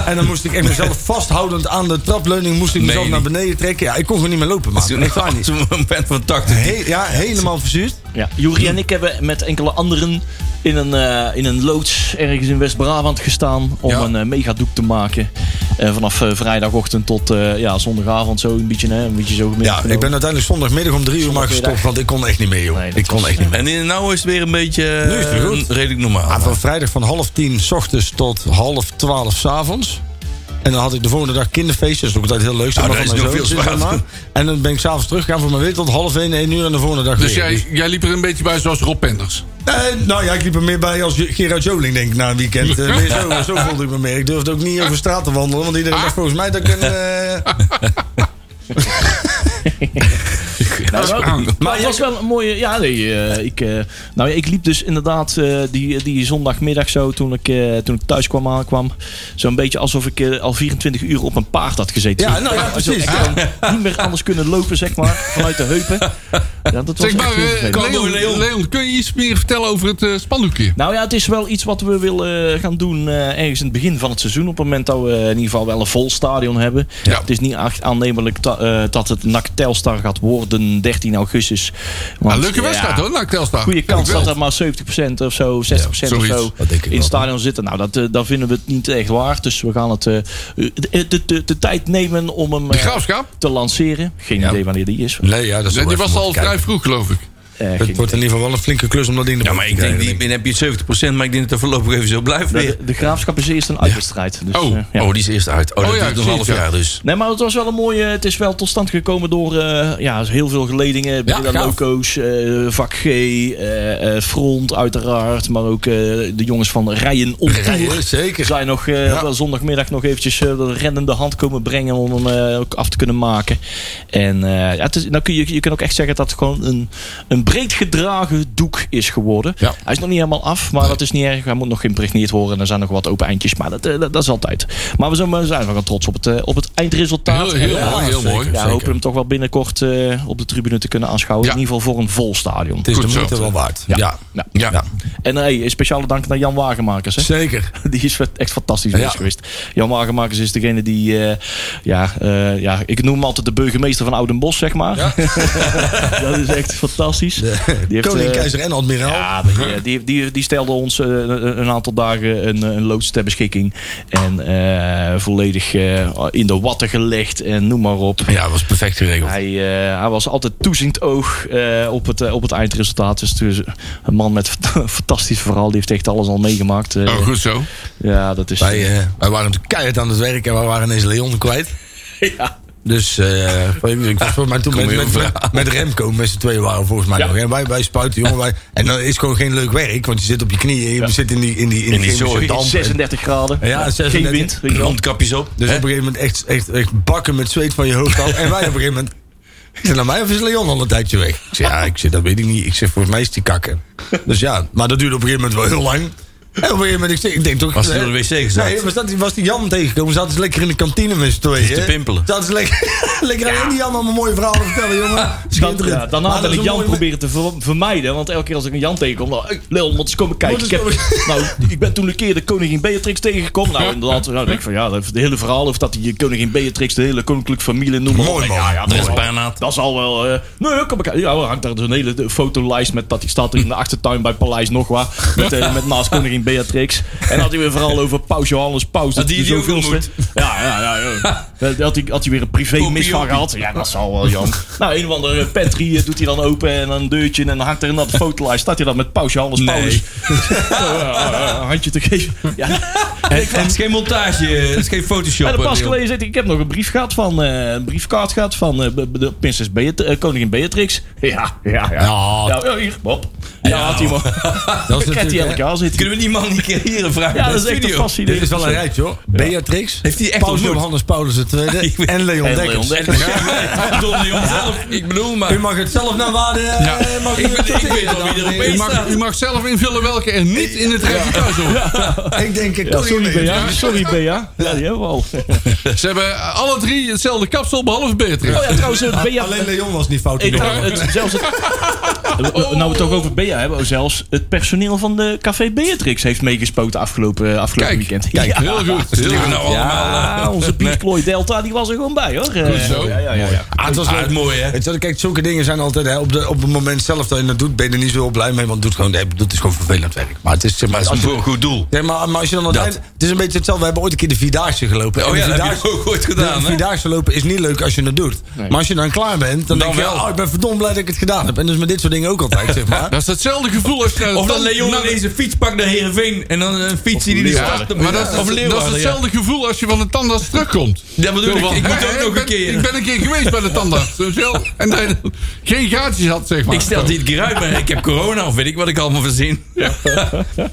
D: En dan moest ik echt mezelf vasthoudend aan de trapleuning, moest ik
E: Meen
D: mezelf
E: je
D: naar
E: niet?
D: beneden trekken. Ja, ik kon gewoon niet meer lopen, man.
E: Toen
D: Echt waar
E: ik
D: niet.
E: zo'n moment van 80.
D: He- ja, helemaal verzuurd.
G: Ja, Joeri en ik hebben met enkele anderen in een, eh, in een loods ergens in West-Brabant gestaan om
F: Ja.
G: een eh, megadoek te maken. Eh, vanaf eh, vrijdagochtend tot eh, ja, zondagavond zo een beetje, hè, een beetje zo gemiddeld.
D: Ja, ik ben uiteindelijk zondagmiddag om drie uur maar gestopt, want ik kon echt niet meer, joh.
G: Nee, dat
D: ik kon
G: was-
D: echt niet meer.
E: En in, nou is het weer een beetje
D: Nu is het weer
E: eh,
D: goed.
E: redelijk normaal.
D: Ah, van vrijdag van half tien s ochtends tot half twaalf s avonds. En dan had ik de volgende dag kinderfeestjes. Dat is ook altijd heel leuk. zeg
E: Nou,
D: maar,
E: dat
D: van
E: is
D: mijn
E: nog
D: zoontjes,
E: veel
D: zeg maar.
E: zwaarder.
D: En dan ben ik s'avonds teruggegaan voor mijn weer tot half één, één uur en de volgende dag
F: Dus
D: weer.
F: jij, jij liep er een beetje bij zoals Rob Penders.
D: Eh, nou ja, ik liep er meer bij als J- Gerard Joling, denk ik, na een weekend. Eh, meer zo, zo voelde ik me meer. Ik durfde ook niet over straat te wandelen, want iedereen dacht volgens mij dat ik een... eh,
G: Nou, wel- maar het was wel een mooie. Ja, nee, eh, ik, eh, nou, ja, ik liep dus inderdaad eh, die, die zondagmiddag zo toen ik, eh, toen ik thuis kwam aankwam. Zo'n beetje alsof ik eh, al 24 uur op een paard had gezeten.
D: Ja, nou ja, precies.
G: Ik had niet meer anders kunnen lopen, zeg maar, vanuit de heupen. Ja, dat was
F: Zeg maar,
G: echt heel
F: eh,
G: vervelend.
F: Leon,
E: Leon.
F: Leon, kun je iets meer vertellen over het eh, spandoekje?
G: Nou ja, het is wel iets wat we willen eh, gaan doen eh, ergens in het begin van het seizoen. Op het moment dat we in ieder geval wel een vol stadion hebben.
F: Ja.
G: Het is niet echt aannemelijk ta- eh, dat het NAC Telstar gaat worden 13 augustus. Want,
F: Nou, leuke wedstrijd
G: ja,
F: hoor, NAC Telstar.
G: Goede kans
F: Wel.
G: dat er maar 70% of zo, 60% of
F: zoiets.
G: zo
D: Dat denk ik
G: in
D: wel.
G: het stadion zitten. Nou, dat, eh, daar vinden we het niet echt waard. Dus we gaan het eh, de, de, de, de tijd nemen om hem
F: De
G: eh,
F: graafschap?
G: te lanceren. Geen idee wanneer die is.
D: Nee, ja, dat is
F: Die was al vrij vroeg, geloof ik.
G: Eh, geen
D: Het wordt in ieder geval wel een flinke klus om dat ding te
E: Ja, maar ik denk, die, dan heb je 70%, maar ik denk dat dat voorlopig even zo blijft
G: idee.
E: weer.
G: de, de graafschap is eerst een uitwedstrijd. Dus,
F: Oh.
G: eh, ja.
E: Oh, die is eerst uit. Oh, dat
F: ja,
E: duurt nog een
F: precies,
E: half
F: ja.
E: jaar dus.
G: Nee, maar het was wel een mooie. Het is wel tot stand gekomen door eh, ja, heel veel geledingen. Ja,
F: gaaf.
G: Loco's, eh, Vak G, eh, eh, Front uiteraard. Maar ook eh, de jongens van Rijen op Tour.
D: Zeker.
G: Zijn nog eh, wel zondagmiddag nog eventjes eh, de rennende hand komen brengen om hem eh, ook af te kunnen maken. En eh, ja, het is, nou kun je, je kan ook echt zeggen dat het gewoon een, een breed gedragen doek is geworden.
F: Ja.
G: Hij is nog niet helemaal af, maar dat is niet erg. Hij moet nog geïmpregneerd worden. Er zijn nog wat open eindjes, maar dat, eh, dat, dat is altijd. Maar we zijn, we zijn wel trots op het, eh, op het eindresultaat.
F: Heel, heel
G: En, eh,
F: mooi, heel mooi.
G: ja, hopen hem toch wel binnenkort eh, op de tribune te kunnen aanschouwen.
F: Ja.
G: In ieder geval voor een vol stadion.
D: Het is
F: Goed
D: de
F: zo.
D: moeite wel waard.
G: Ja.
D: Ja.
G: Ja.
F: Ja.
G: En eh, hey, een speciale dank naar Jan Wagenmakers. Hè?
D: Zeker.
G: Die is echt fantastisch bezig geweest. Jan Wagenmakers is degene die... eh, ja, eh, ja, ik noem hem altijd de burgemeester van Oudenbosch, zeg maar. dat is echt fantastisch. Die heeft,
D: Koning,
G: eh,
D: keizer en admiraal.
G: ja, die, eh, die, die, die stelde ons eh, een een aantal dagen een, een loods ter beschikking. En eh, volledig eh, in de watten gelegd en noem maar op.
E: Ja, dat was perfect geregeld.
G: Hij, eh, hij was altijd toeziend oog eh, op, het, eh, op het eindresultaat. Dus, dus een man met een fantastisch verhaal. Die heeft echt alles al meegemaakt. Eh,
F: Oh, goed zo.
G: Ja, dat is...
D: Wij, eh, wij waren natuurlijk keihard aan het werk en we waren ineens Leon kwijt.
G: Ja.
D: Dus eh, ik was volgens mij toen met,
E: heel
D: met, met, met Remco, met z'n tweeën waren we volgens mij
G: Ja.
D: nog. En wij, wij spuiten, jongen. Wij, en dan is het gewoon geen leuk werk, want je zit op je knieën. Je zit in die, in die, in die
E: die
D: chemische
E: zooi.
D: damp.
G: 36 graden.
D: Ja, 36.
G: Geen wind. weet je wel.
E: Rondkapjes op.
D: Dus
E: hè?
D: op een gegeven moment echt, echt, echt bakken met zweet van je hoofd af. En wij op een gegeven moment... Is het naar mij of is Leon al een tijdje weg? Ik zeg, ja, ik zeg, dat weet ik niet. Ik zeg, volgens mij is die kakken. Dus ja, maar dat duurde op een gegeven moment wel heel lang. En op een gegeven moment, ik, zeg- ik denk toch...
E: Was hij
D: eh,
E: door de wc gezet?
D: Nee, maar zat, die- was die Jan tegengekomen. Zaten ze lekker in de kantine met z'n tweeën.
E: te pimpelen.
D: Zaten ze lekker, lekker aan die Jan allemaal mooie verhalen vertellen, jongen.
G: Dan, eh,
D: Schitterend.
G: ja, daarna
D: Maar dat
G: wil
D: is
G: ik
D: een
G: Jan
D: mooi-
G: proberen te ver- vermijden. Want elke keer als ik een Jan tegenkom, dan... "Hey, Lul, moet eens komen kijken.
D: Moet
G: Ik,
D: eens
G: heb- nou, ik ben toen een keer de koningin Beatrix tegengekomen. Nou, inderdaad. Nou, dan denk ik van, ja, dat de hele verhaal of dat die koningin Beatrix de hele koninklijke familie noemt.
D: Mooi, man.
G: Ja, ja, dat,
E: Er
G: is
E: is
G: al,
E: bijna.
G: dat is al wel... eh, nee, kom ik... Ja, hoor, hangt daar een hele de- fotolijst met dat. Die staat er in de achtertuin bij Paleis nog waar. Met, eh, met naast koningin Beatrix. En had hij weer vooral over Paus Johannes Paus.
E: Had die
G: de
E: die ook
G: zoveelste.
E: ontmoet?
G: Ja, ja, ja. ja. Dat Had hij, had hij weer een privé mis van
E: Opiopie.
G: gehad. Ja, dat zal wel, Jan. nou, een of andere pantry eh, doet hij dan open en een deurtje. En dan hangt er inderdaad de fotolijst. Staat hij dan met Paus Johannes
E: Nee.
G: Paulus. Zo, ja, oh, ja, een handje te geven. Ja.
E: Het, het is geen montage, het is geen Photoshop.
G: En dan pas
E: eh,
G: geleden zit ik, ik heb nog een brief gehad van, eh, een briefkaart gehad van eh, be- be- de prinses Beat- eh, koningin Beatrix. Ja, ja, ja.
E: Ja,
G: Ja, ja, hier, Bob. Ja, had hij
D: Dat
G: Ik krijg die elk jaar zitten.
E: Kunnen we die man niet keer hier een vraag
G: Ja,
E: naar
G: dat
E: de
G: is echt een
D: Dit
E: studio?
G: fascinerend.
D: is wel een rijtje, hoor. Beatrix.
E: Heeft hij echt
D: Paulus
E: ontmoet?
D: Johannes Paulus II
E: Ik weet-
D: en Leon
G: En
D: Dekkers.
G: Leon Dekkers.
E: Don Leon zelf, ik bedoel maar.
D: U mag het zelf naar waarde.
F: Ja.
D: eh, mag u
E: Ik weet- ik
D: het-
E: weet al wie er
F: U
E: opeens
F: mag, u mag zelf invullen welke er niet in het rijtje thuis hoort.
D: Ik denk, ik
G: Ja,
D: kan
G: sorry
D: niet.
G: Bea, sorry Bea. Ja, die hebben we al.
F: Ze hebben alle drie hetzelfde kapsel, behalve Beatrix.
G: Oh ja, trouwens, eh, Bea...
D: Alleen Leon was niet fout.
G: Hey, trouw- het, zelfs het, Nou, we het toch over Bea hebben, Oh, zelfs het personeel van de Café Beatrix heeft meegespoten afgelopen, eh, afgelopen
F: Kijk,
G: weekend.
F: kijk,
G: ja.
F: heel goed. Heel
E: Nou,
F: goed.
E: allemaal.
G: Ja, onze Biesplooi Delta die was er gewoon bij hoor. Eh,
F: Zo.
G: Ja, ja, ja, ja.
E: Ah, het was wel mooi, hè?
D: Weet je wat, kijk, zulke dingen zijn altijd... Hè, op, de, op het moment zelf dat je dat doet, ben je er niet zo heel blij mee. Want het, doet gewoon, nee, het is gewoon vervelend werk. Maar het is, zeg maar,
E: Maar het
D: als
E: is
D: je-
E: voor een goed doel.
D: Nee, maar, maar als je dan aan het
E: Dat.
D: eind- Het is een beetje hetzelfde. We hebben ooit een keer de Vierdaagse gelopen. En
E: Oh
D: de
E: ja, dat heb je
D: Vierdaagse-
E: ook ooit
D: de
E: gedaan, hè?
D: Vierdaagse lopen is niet leuk als je het doet. Maar als je dan klaar bent, dan,
E: Dan
D: denk je...
E: wel.
D: Oh, ik ben verdomd blij dat ik het gedaan heb. En dus met dit soort dingen ook altijd, zeg maar.
F: Dat is hetzelfde gevoel als... eh,
E: Of dat
F: dan-
E: Leon
F: na-
E: ineens een fiets pakt naar Heerenveen en dan een fiets die hij niet
F: Ja,
E: start.
F: maar dat, is-
E: of
F: dat is
E: Leeuwarden, ja.
F: hetzelfde gevoel als je van de tandarts terugkomt.
E: Ja, bedoel ik.
F: Zo van,
E: Ik moet
F: "Hé,
E: ook nog
F: ben-
E: een keer.
F: Ik ben een keer geweest bij de tandarts. Dus heel- en dat je dan geen gaatjes had, zeg maar.
E: Ik stel dit keer uit, maar ik heb corona of weet ik wat ik allemaal verzin. nou, eh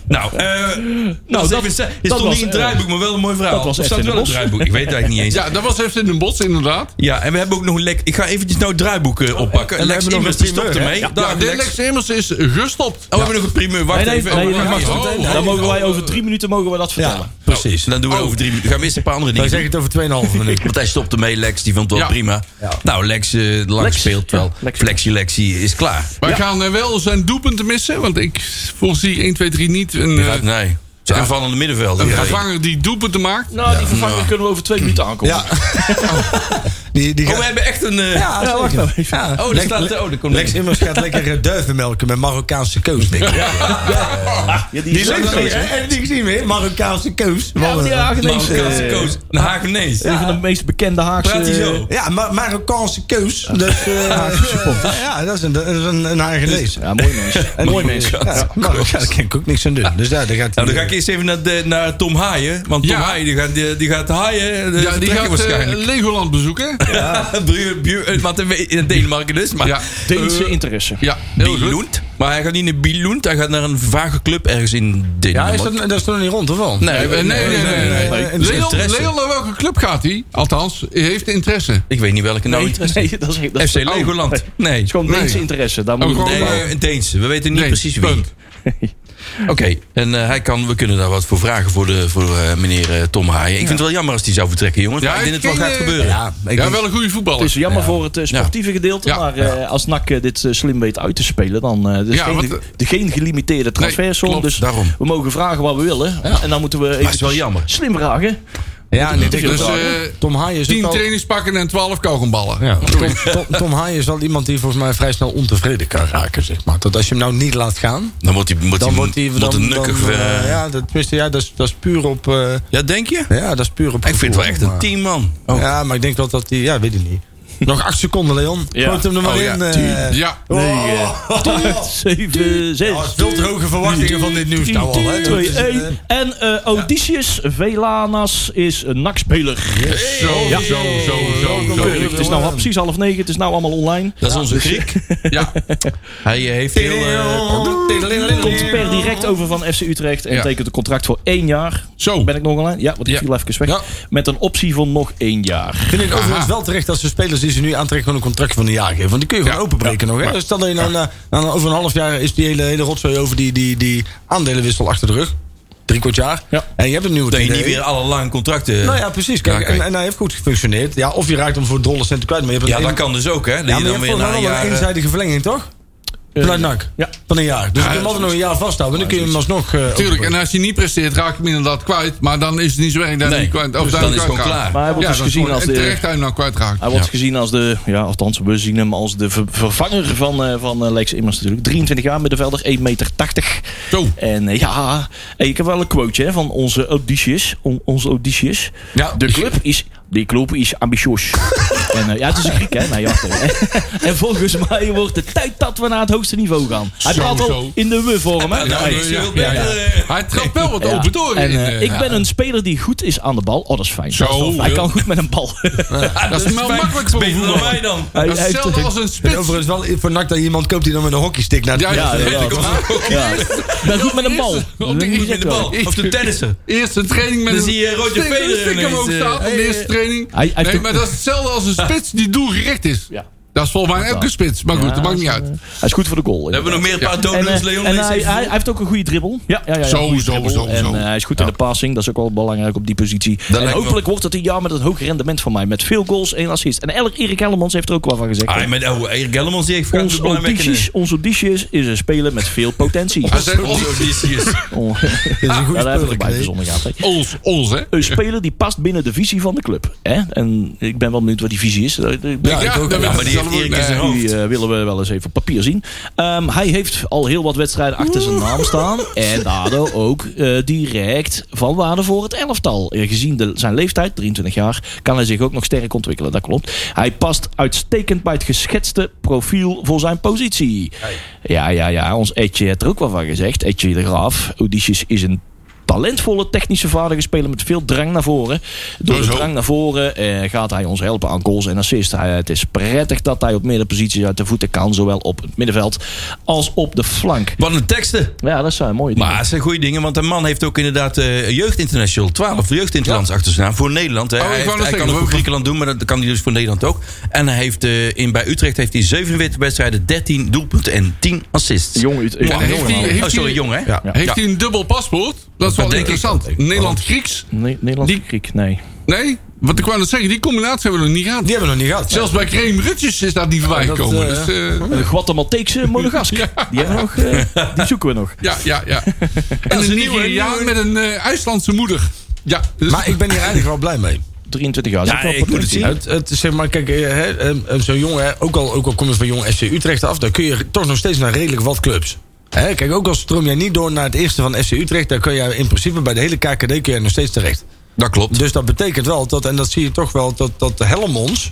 E: nou, dat
G: dat-
E: is
G: dat
E: stond
G: was,
E: niet in het
G: eh,
E: draaiboek, maar wel een mooi verhaal.
G: dat was
E: Of staat
G: echt
E: wel
G: in
E: in
G: het
E: het draaiboek? Ik weet het eigenlijk niet eens. Ja.
F: Ja, dat was even in een bos, inderdaad.
E: en we hebben ook nog een lek. Ik ga eventjes nou het draaiboek eh, oppakken.
D: en we
E: Lex
D: hebben nog
E: Immers,
D: een
E: die stopt
D: primeur, hè?
E: ermee.
F: Ja,
E: Dag,
F: de
E: Lex.
F: Lex Immers is gestopt.
E: Oh, we hebben nog een primeur. Wacht
G: Nee, nee,
E: even.
G: nee,
E: Oh,
G: nee,
E: wacht,
G: nee,
E: wacht.
F: nee,
E: Oh,
F: nee.
G: Nou, Dan mogen wij over drie minuten mogen we dat vertellen.
E: Precies. Dan doen we over drie minuten. Gaan we eerst een paar andere
D: Dan
E: dingen
D: zeg
E: doen.
D: ik het over 2,5 minuten.
E: Want hij stopte mee, Lex. Die vond het wel
F: Ja.
E: prima. Nou, Lex, eh lang
G: Lex.
E: speelt wel.
G: Ja, Lex.
E: Flexie, Lexie is klaar.
F: Wij gaan eh, wel zijn doelpunten missen, want ik voorzie 1, 2, 3 niet een, eh,
E: nee. Het is een aanvallende middenvelder.
F: een
E: Ja.
F: vervanger die doelpunten maakt.
G: Nou, die vervanging kunnen we over twee minuten aankomen.
D: Ja. Die, die
E: Oh,
D: gaat-
E: we hebben echt een... eh,
D: Ja,
G: Ja, wacht
D: zeker.
G: nou even.
D: Ja.
E: Oh, daar
D: Lex-
E: staat-
D: Le-
E: oh, daar komt
D: Lex
E: hij.
D: Immers gaat lekker eh, duiven melken met Marokkaanse keus, denk ik.
G: Ja, die is ook geweest, hè?
D: Heb ik gezien meer? Marokkaanse keus.
G: Ja,
D: Wat
G: die
D: een-
G: Hagenees.
E: Marokkaanse koos. Een Hagenees.
G: Een van de meest bekende Haagse...
E: Praat hij zo?
D: Eh, Ja, maar Marokkaanse keus. Dus, eh, ja, dat is een, dat is een, een eigen lees.
G: Ja, mooi mens.
D: En-
G: mooi mens.
D: Ja, ja, maar daar kan ik ook niks aan doen. Dus daar, daar gaat
E: Nou, dan ga ik eerst even naar, de, naar Tom Haaien. Want Tom
F: Ja.
E: Haaien die gaat, die, die gaat haaien. De
F: Ja, die gaat eh,
E: waarschijnlijk.
F: Legoland bezoeken.
E: Bru- bru- eh, Wat in in Denemarken dus. Maar,
F: Ja.
G: Deense interesse.
F: Ja, heel goed.
E: Billund. Maar hij gaat niet naar Billund. Hij gaat naar een vage club ergens in
D: Ja,
E: Denemarken.
D: is dat, dat is toch niet rond, of wel?
E: Eh, Nee,
F: Eh, Nee, nee, nee. nee, nee.
D: nee.
F: Leon,
E: Interesse.
F: Leon, naar welke club gaat hij? Althans, hij heeft interesse.
E: Ik weet niet welke nou.
G: Nee, nee, dat is, dat is
E: FC Legoland.
G: Nee.
E: Nee.
G: Het is gewoon
F: Nee.
G: Deense interesse. Daar
F: Oh,
G: moet je
F: gewoon,
E: Nee,
F: Allemaal.
E: eh, een Deense. We weten niet
F: Nee,
E: precies wie.
F: punt.
E: Oké, en eh, hij kan, we kunnen daar wat voor vragen voor, de, voor eh, meneer eh, Tom Haaien. Ik vind het wel jammer als hij zou vertrekken, jongens.
F: Ja,
E: maar ik denk
F: ik
E: dat het wel gaat
F: ken, eh,
E: gebeuren.
D: Ja, ik
F: Ja,
D: denk-
F: wel een goede voetballer.
G: Het is jammer voor het eh, sportieve gedeelte.
F: Ja.
G: Maar eh, als NAC eh, dit eh, slim weet uit te spelen, dan eh, er is
F: Ja,
G: geen,
F: want,
G: de, geen gelimiteerde transfersom.
F: klopt,
G: dus
E: daarom.
G: we mogen vragen wat we willen. En dan moeten we even
E: is wel jammer.
G: slim vragen.
D: ja, nee,
G: is
D: ik-
F: Dus
G: wel-
F: eh
D: Tom Haaien is
F: 10
D: ook al-
F: trainingspakken en 12 kauwgomballen.
D: Ja, Tom, Tom, Tom Haaien is wel iemand die volgens mij vrij snel ontevreden kan raken, zeg maar. Dat als je hem nou niet laat gaan,
E: Dan wordt hij, moet
D: dan
E: hij,
D: wordt hij...
E: wordt
D: Dan,
E: een
D: dan,
E: nukkig. eh,
D: eh,
E: ja.
D: ja, dat, tenminste, ja, dat, is, dat is puur op... eh,
E: denk je?
D: ja, dat is puur op
E: Ik vind het wel
D: gevoel,
E: echt een
D: maar-
E: team, man. Oh.
D: Ja, maar ik denk wel dat hij... Ja, weet ik niet. Nog acht seconden, Leon.
G: Ja.
D: Gooi hem er maar
E: Oh, ja.
D: in. eh.
F: Ja.
G: Nee, eh, 7, 6.
D: Oh, veel te hoge verwachtingen van dit nieuws nou al, hè. Dat is, eh,
G: 2-1. En eh Odysseus Velanas is een NAC-speler.
F: Zo, zo, zo, zo, zo.
G: Het is nou precies half negen. Het is nou allemaal online.
E: Dat is onze Griek.
F: Ja,
E: Hij eh, heeft heel... eh,
G: Komt per direct over van FC Utrecht. En
F: Ja.
G: tekent een contract voor één jaar. Dus
F: zo.
G: Ben ik nog online? Ja, want ik
F: Ja.
G: viel even weg.
F: Ja.
G: Met een optie van nog één jaar.
D: vind ik overigens wel terecht dat ze spelers die ze nu aantrekken... gewoon een contract van een jaar geven. Want die kun je gewoon
F: Ja.
D: openbreken nog. Hè? Dus stel dat je nou, na- na- over een half jaar is die hele, hele rotzooi over die, die, die aandelenwissel achter de rug. drie kwart jaar.
G: Ja.
D: En je hebt een nieuwe
E: Dat je
D: TD.
E: niet weer alle lange contracten...
D: Nou ja, precies. Kijk,
E: Ja, kijk.
D: En, en hij heeft goed gefunctioneerd. Ja, of je raakt hem voor dolle centen kwijt. Maar je hebt
E: Ja,
D: een
E: dat kan dus ook, hè? Dat
D: Ja, maar
E: je
D: je
E: dan
D: hebt
E: weer
D: volgens
E: na
D: mij
E: een
D: wel een
E: jaar... eh,
D: eenzijdige verlenging, toch? Vanuit NAC.
G: ja.
D: Van een jaar. Dus je kan altijd nog een jaar vasthouden. En dan kun je hem alsnog... eh,
F: Tuurlijk,
D: open-
F: en als je niet presteert, raak je hem inderdaad kwijt. Maar dan is het niet zo erg dat je
E: Nee,
F: niet kwijt.
E: dus
F: dat
E: dan
F: je
E: is het
F: kwijt
E: gewoon
F: raakt.
E: klaar.
G: Maar hij wordt
F: Ja,
G: dus
F: dat is
G: gezien
F: gewoon-
G: als
F: en
G: de-
F: terecht dat je hem nou kwijtraakt.
G: Hij wordt gezien als de, ja, althans, we zien hem als de ver- vervanger van, eh, van eh, Lex Immers natuurlijk. 23 jaar middenvelder, 1,80 meter.
F: Zo.
G: En eh, ja, eh, ik heb wel een quoteje hè, van onze audities. On- onze audities.
D: Ja.
G: De club is, die club is ambitieus. en, eh, ja, het is een Griek, hè? Nou, ja, eh. en volgens mij wordt het tijd dat we naar het hoogste niveau gaan. Hij praat al
F: Sowieso.
G: in de we-vorm, hè?
E: nou,
F: nee,
E: is hij
F: ja,
E: wel
F: ja, ja.
E: beter, eh,
F: Hij trapt wel wat
G: Ja.
F: open door.
G: En,
F: in,
G: eh,
F: eh,
G: ik ben een speler die goed is aan de bal. Oh, dat is fijn.
F: Zo,
G: Dat is wel fijn. Hij
F: ja.
G: kan goed met een bal.
F: Dat is wel
E: fijn.
F: makkelijk voor
E: Beter dan
F: voetbal.
E: wij dan.
G: Hij-
F: Dat is
G: hij heeft-
F: hetzelfde als een
D: En
F: spits.
D: overigens wel voor NAC dat je iemand koopt die dan met een hockeystick naar de...
F: Ja,
G: Ja,
F: dat weet
G: ja,
F: ik
G: dat
F: ook.
G: Ja. Ben goed met een bal.
F: Op de
E: Met de bal. Of de tennissen.
F: Eerste training met
E: Dan
F: een
E: zie je Roger
F: stick-
E: Federer
F: stick hem
E: ineens,
F: ook
E: eh,
F: staan op de eerste training.
G: Hij- hij
F: nee,
G: heeft
F: maar
G: ook-
F: dat is hetzelfde als een spits die doelgericht is.
G: Ja.
F: Dat is volgens mij elke spits. Maar goed,
G: Ja,
F: dat maakt niet
G: dat is,
F: uit.
G: eh, Hij is goed voor de goal.
E: We hebben nog meer paar
G: En,
E: donuts,
G: eh,
E: Leon.
G: en
E: deze
G: hij,
E: even.
G: hij, hij heeft ook een goede dribbel. Ja, ja, ja, ja
F: Zo,
G: goede
F: zo,
G: dribbel.
F: zo,
G: En
F: zo.
G: eh, hij is goed in de passing. Dat is ook wel belangrijk op die positie. en
E: lijkt me
G: hopelijk wordt het een jaar met een hoog rendement van mij. Met veel goals, één assist. En elk Erik Hellemans heeft er ook wel van gezegd.
E: Ah, met oh, Erik Gellemans die heeft
G: Ons audities, ons audities is een speler met veel potentie.
F: Hij
E: eh,
F: zei ons,
E: audities.
G: Oh,
D: Dit is een
G: ja,
D: goede
G: daar hebben we
D: speler.
G: erbij
D: hè?
G: verzonnen gehad. hè.
F: ons, ons, hè?
G: Een speler die past binnen de visie van de club. Hè? En ik ben wel benieuwd wat die visie is. Ik ben-
F: Ja,
E: ik ook.
F: dat
E: Ja,
F: weet
E: maar die
F: ik
E: heeft Erik in
F: zelf ook.
E: zijn
F: Nee.
E: hoofd.
G: Die eh, willen we wel eens even op papier zien. Ehm, hij heeft al heel wat wedstrijden achter zijn naam staan. En daardoor ook eh, direct van waarde voor het elftal. Eh, gezien de, zijn leeftijd, 23 jaar, kan hij zich ook nog sterk ontwikkelen. Dat klopt. Hij past uitstekend bij het geschetste profiel voor zijn positie. Ja, ja, ja. Ons Etje heeft er ook wel van gezegd. Etje de Graaf. Odysseus is een talentvolle technische vaardige speler met veel drang naar voren. Door de
F: Zo, zo.
G: drang naar voren eh, gaat hij ons helpen aan goals en assists. Hij- het is prettig dat hij op meerderposities uit de voeten kan, zowel op het middenveld als op de flank.
E: Wat een teksten.
G: Ja, dat eh, zijn mooie dingen.
E: Maar het zijn goede dingen, want de man heeft ook inderdaad eh jeugd international 12 jeugdinterlands achter zijn naam voor Nederland. Hè.
F: Oh, ik
E: hij
F: wou
E: heeft-
F: net
E: hij
F: zeggen,
E: kan het voor
F: we-
E: Griekenland doen, maar dat kan hij dus voor Nederland ook. En hij heeft eh, in, bij Utrecht heeft hij 47 wedstrijden, 13 doelpunten en 10 assists.
G: Jongen, het-
F: Maar heeft hij- heeft
E: oh, sorry,
F: hij-
E: jong hè? Ja.
F: Heeft hij een dubbel paspoort? Dat
E: Dat
F: is wel
E: denk ik wel,
F: interessant.
E: denk ik.
F: Nederland-Grieks?
G: Nee, Nederlands
F: Die-
G: Griek, nee.
F: Nee? Want ik wou net zeggen, die combinatie hebben we nog niet gehad.
D: Die hebben we nog niet gehad.
F: Zelfs bij Graham Rutjes is dat niet voorbij
D: dat,
F: gekomen.
D: eh,
F: Dus, eh,
G: De Guatemalteekse Monegask. Die, hebben we nog, eh, die zoeken we nog.
F: ja, ja, ja. En
E: is een
F: een
E: nieuwe,
F: nieuwe jaar
E: nieuwe.
F: met een eh, IJslandse moeder. Ja, dus-
D: Maar ik ben hier eigenlijk wel blij mee.
G: 23 jaar.
E: Ja, ik moet het zien.
D: Het, het, zeg maar, kijk, eh, hè, eh, eh, zo'n jongen, hè, ook al, ook al kom je van jong SC Utrecht af, dan kun je toch nog steeds naar redelijk wat clubs. Hè, kijk, ook al stroom jij niet door naar het eerste van FC Utrecht, dan kun je in principe bij de hele KKD kun je nog steeds terecht.
E: Dat klopt.
D: Dus dat betekent wel dat, en dat zie je toch wel, dat, dat Helmonds